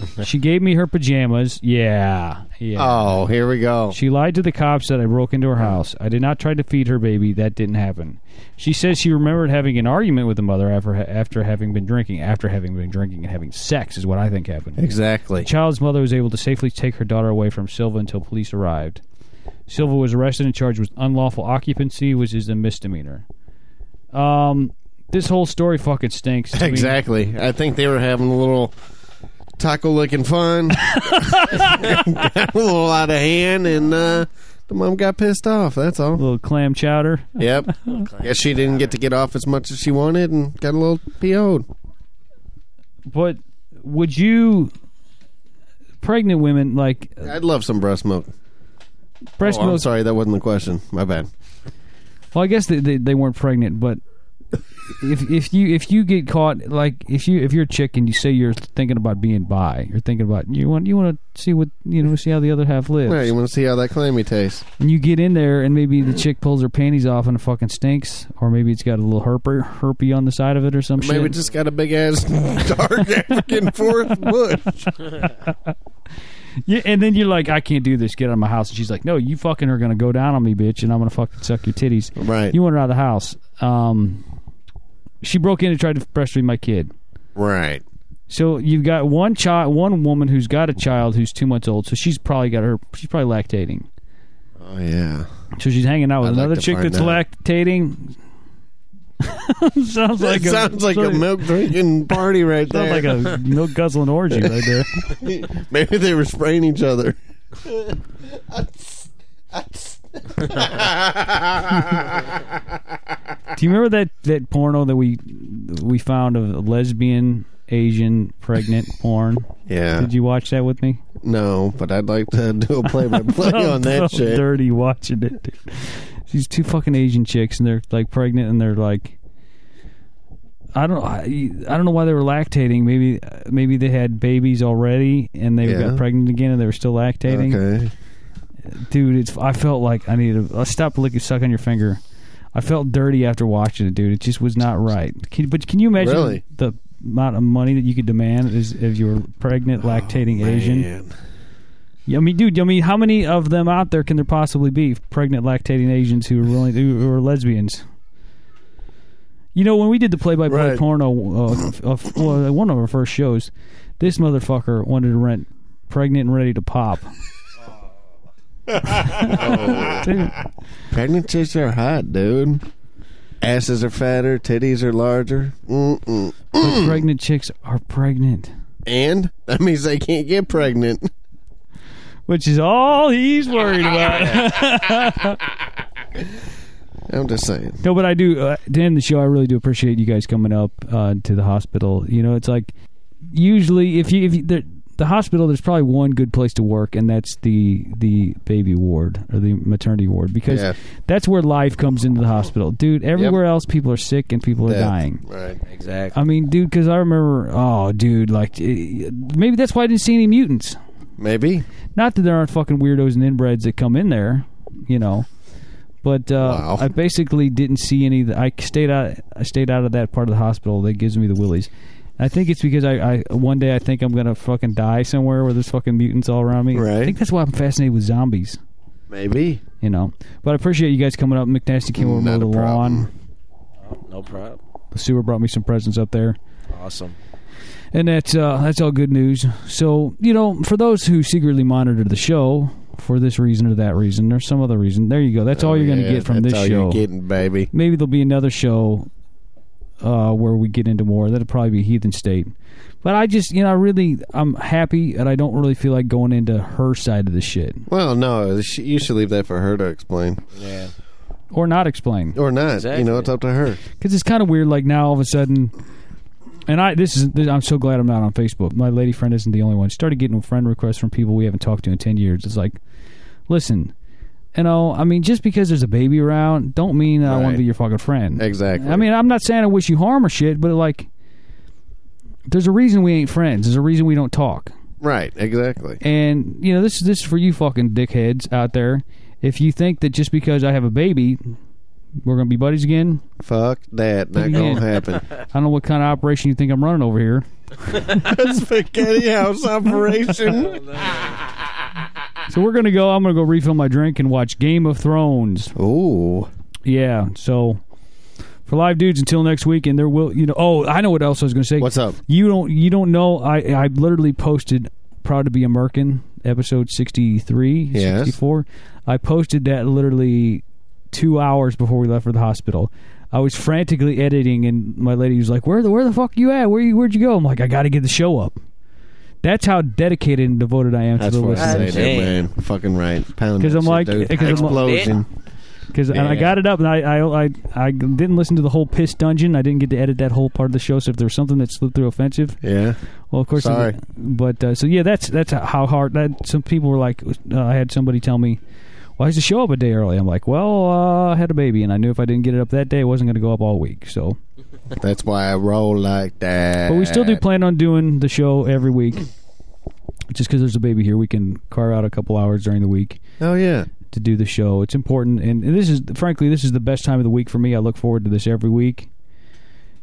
B: she gave me her pajamas. Yeah, yeah.
C: Oh, here we go.
B: She lied to the cops that I broke into her house. I did not try to feed her baby. That didn't happen. She says she remembered having an argument with the mother after after having been drinking. After having been drinking and having sex is what I think happened.
C: Exactly.
B: The child's mother was able to safely take her daughter away from Silva until police arrived. Silva was arrested and charged with unlawful occupancy, which is a misdemeanor. Um, this whole story fucking stinks. to me.
C: Exactly. I think they were having a little taco licking fun. got a little out of hand, and uh, the mom got pissed off. That's
B: A
C: all.
B: little clam chowder.
C: Yep. Guess she didn't get to get off as much as she wanted and got a little PO'd.
B: But would you, pregnant women, like
C: I'd love some breast milk.
B: breast
C: Oh, I'm
B: milk?
C: sorry, that wasn't the question. My bad.
B: Well, I guess they, they, they weren't pregnant, but if if you if you get caught like if you if you're a chick and you say you're thinking about being bi, you're thinking about you want you want to see what you know see how the other half lives,
C: Right, you want to see how that clammy tastes?
B: and you get in there and maybe the chick pulls her panties off and it fucking stinks, or maybe it's got a little herpy herpy on the side of it or some
C: Maybe
B: shit.
C: it just got a big ass dark African fourth bush.
B: yeah, and then you're like, I can't do this. Get out of my house. And she's like, No, you fucking are gonna go down on me, bitch, and I'm gonna fucking suck your titties.
C: Right,
B: You want her out of the house. Um, she broke in and tried to breastfeed my kid.
C: right.
B: So you've got one child, one woman who's got a child who's two months old. So she's probably got her. She's probably lactating.
C: Oh yeah.
B: So she's hanging out with
C: I'd like
B: another
C: to
B: chick
C: find
B: that's
C: out.
B: lactating. sounds like
C: That sounds like a milk drinking party right
B: sounds
C: there.
B: like a milk guzzling orgy right there.
C: Maybe they were spraying each other.
B: Do you remember that that porno that we we found of lesbian Asian pregnant porn?
C: Yeah.
B: Did you watch that with me?
C: No, but I'd like to do a play by play
B: Oh,
C: on that
B: so
C: shit.
B: dirty watching it. Dude. These two fucking Asian chicks, and they're like pregnant, and they're like, I don't, I, I don't know why they were lactating. Maybe, maybe they had babies already, and they
C: Yeah.
B: got pregnant again, and they were still lactating.
C: Okay.
B: Dude, it's. I felt like I needed. A, uh, stop licking, sucking your finger. I felt dirty after watching it, dude. It just was not right. Can, but can you imagine
C: Really?
B: the amount of money that you could demand is if you were pregnant, lactating Asian?
C: Oh, Man.
B: Yeah, I mean, dude. I mean, how many of them out there can there possibly be? Pregnant, lactating Asians who are willing, who are lesbians. You know, when we did the play-by-play
C: Right.
B: porno uh, of, of well, one of our first shows, this motherfucker wanted to rent "Pregnant and Ready to Pop." Dude,
C: Pregnant chicks are hot, dude. Asses are fatter, titties are larger. Mm-mm.
B: but pregnant chicks are pregnant,
C: And that means they can't get pregnant.
B: which is all he's worried about.
C: I'm just saying.
B: No, but I do. Uh, to end the show, I really do appreciate you guys coming up uh, to the hospital. You know, it's like usually if you if you, the, the hospital, there's probably one good place to work, and that's the the baby ward or the maternity ward because
C: Yeah.
B: that's where life comes into the hospital, dude. Everywhere else, people are sick and people are
C: Death.
B: dying.
C: Right.
D: Exactly.
B: I mean, dude, because I remember, oh, dude, like eh, maybe that's why I didn't see any mutants.
C: Maybe.
B: Not that there aren't fucking weirdos and inbreds that come in there, you know. But uh,
C: Wow.
B: I basically didn't see any. Of the, I stayed out. I stayed out of that part of the hospital that gives me the willies. I think it's because I, I one day I think I'm gonna fucking die somewhere where there's fucking mutants all around me.
C: Right.
B: I think that's why I'm fascinated with zombies.
C: Maybe.
B: You know. But I appreciate you guys coming up. McNasty came over and
C: Not
B: mowed the
C: a problem.
B: lawn.
D: no problem.
B: The sewer brought me some presents up there.
D: Awesome.
B: And that's uh, that's all good news. So you know, for those who secretly monitor the show for this reason or that reason or some other reason, there you go. That's all you're going to
C: Oh, Yeah,
B: get from
C: that's
B: this
C: all
B: show.
C: You're getting, baby.
B: Maybe there'll be another show uh, where we get into more. That'll probably be Heathen State. But I just, you know, I really, I'm happy, and I don't really feel like going into her side of the shit
C: Well, no, sh- you should leave that for her to explain,
D: Yeah.
B: or not explain.
C: or not. You know,
D: Exactly.
C: it's up to her.
B: because it's kind of weird. Like now, all of a sudden, and I this is this, I'm so glad I'm not on Facebook. My lady friend isn't the only one. Started getting friend requests from people we haven't talked to in ten years. It's like, listen, you know, I mean, just because there's a baby around, don't mean that I want
C: Right.
B: to be your fucking friend.
C: Exactly.
B: I mean, I'm not saying I wish you harm or shit, but like, there's a reason we ain't friends. There's a reason we don't talk.
C: right? Exactly.
B: And you know, this this is for you fucking dickheads out there. If you think that just because I have a baby, we're gonna be buddies again,
C: Fuck that. Not
B: Yeah.
C: gonna happen.
B: I don't know what kind of operation you think I'm running over here.
C: Spaghetti house operation.
B: So we're gonna go. I'm gonna go refill my drink and watch Game of Thrones.
C: Ooh.
B: Yeah. So for live dudes, until next week, and there will you know. Oh, I know what else I was gonna say.
C: What's up?
B: You don't you don't know. I I literally posted "Proud to Be American" episode 63,
C: Yes.
B: 64. I posted that literally two hours before we left for the hospital. I was frantically editing, and my lady was like, "Where the where the fuck you at? Where you where'd you go?" I'm like, "I got to get the show up." That's how dedicated and devoted I am
C: That's
B: to the
C: what I
B: listeners.
C: say,
D: Damn.
C: man. Fucking right. Pound.
B: 'Cause
C: that
B: I'm
C: shit,
B: like-
C: dude.
B: 'cause I'm like-
C: explosion.
B: Because and I
C: Yeah.
B: got it up, and I, I I I didn't listen to the whole piss dungeon. I didn't get to edit that whole part of the show. So if there was something that slipped through offensive,
C: yeah.
B: well, of course.
C: Sorry.
B: But uh, so yeah, that's that's how hard that some people were like. Uh, I had somebody tell me, why is the show up a day early? I'm like, well, uh, I had a baby, and I knew if I didn't get it up that day, it wasn't going to go up all week. So,
C: That's why I roll like that.
B: but we still
C: Uh.
B: do plan on doing the show every week. Just because there's a baby here, we can carve out a couple hours during the week
C: Oh yeah.
B: to do the show. It's important, and, and this is frankly this is the best time of the week for me. I look forward to this every week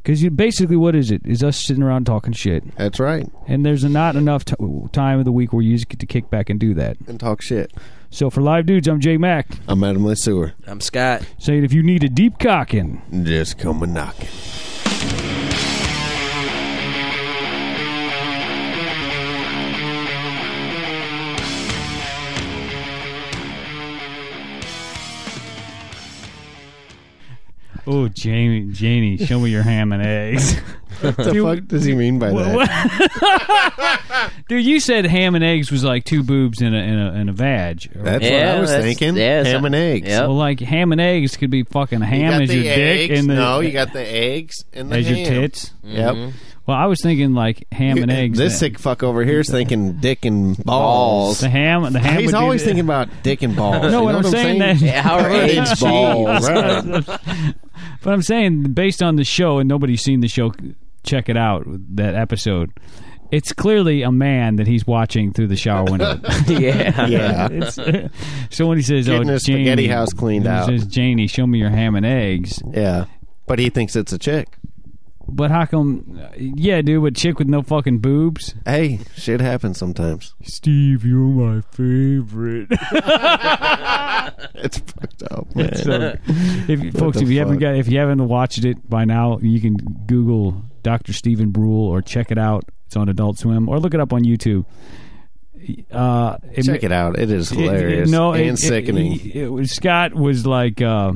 B: because you basically what is it is us sitting around talking shit,
C: That's right.
B: and there's not enough t- time of the week where you just get to kick back and do that.
C: And talk shit.
B: So for live dudes, I'm Jay Mack
C: I'm Adam Lesueur.
D: I'm Scott.
B: saying if you need a deep cocking.
C: Just come a knocking.
B: Oh, Jamie, Janie, show me your ham and eggs.
C: What the fuck does he mean by that?
B: Dude, you said ham and eggs was like two boobs in a in a in a vag. or-
C: That's what I
D: Yeah,
C: was
D: that's-
C: thinking.
D: yeah,
C: Ham
D: so-
C: and eggs.
D: yep.
B: well, like ham and eggs could be fucking
C: You
B: ham
C: got
B: as
C: the
B: your dick
C: eggs.
B: and the,
C: no, you got the eggs and the
B: as
C: ham.
B: your tits.
C: Yep.
D: Mm-hmm.
B: Well, I was thinking like ham and eggs.
C: This
B: then.
C: sick fuck over here is thinking dick and balls.
B: the ham, the ham.
C: He's
B: would be
C: always
B: the-
C: thinking about dick and balls. You
B: No,
C: know
B: what I'm saying, that-
D: Yeah, all right.
C: It's balls. Right.
B: But I'm saying based on the show, and nobody's seen the show. Check it out. That episode. It's clearly a man that he's watching through the shower window.
D: yeah.
C: Yeah.
B: It's, so when he says,
C: Getting
B: "Oh,
C: his spaghetti
B: Janie,"
C: house cleaned
B: he
C: out.
B: says, "Janie, show me your ham and eggs."
C: Yeah. But he thinks it's a chick.
B: But how come? Yeah, dude, with chick with no fucking boobs.
C: Hey, shit happens sometimes.
B: Steve, you're my favorite.
C: It's fucked up.
B: so, if folks,
C: the
B: if you haven't
C: fuck?
B: got, if you haven't watched it by now, you can Google Dr. Stephen Brule or check it out. It's on Adult Swim or look it up on YouTube. Uh, it,
C: Check it out. It is hilarious
B: no,
C: and
B: it- it-
C: sickening.
B: It, was, Scott was like, uh,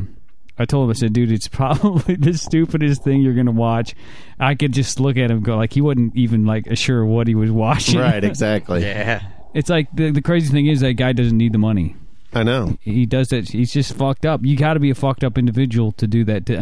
B: I told him, I said, dude, it's probably the stupidest thing you're gonna watch. I could just look at him, go like, he wasn't even like sure what he was watching.
C: right, exactly.
B: It's like the, the crazy thing is that guy doesn't need the money.
C: I know.
B: He does that. He's just fucked up. You got to be a fucked up individual to do that. To, I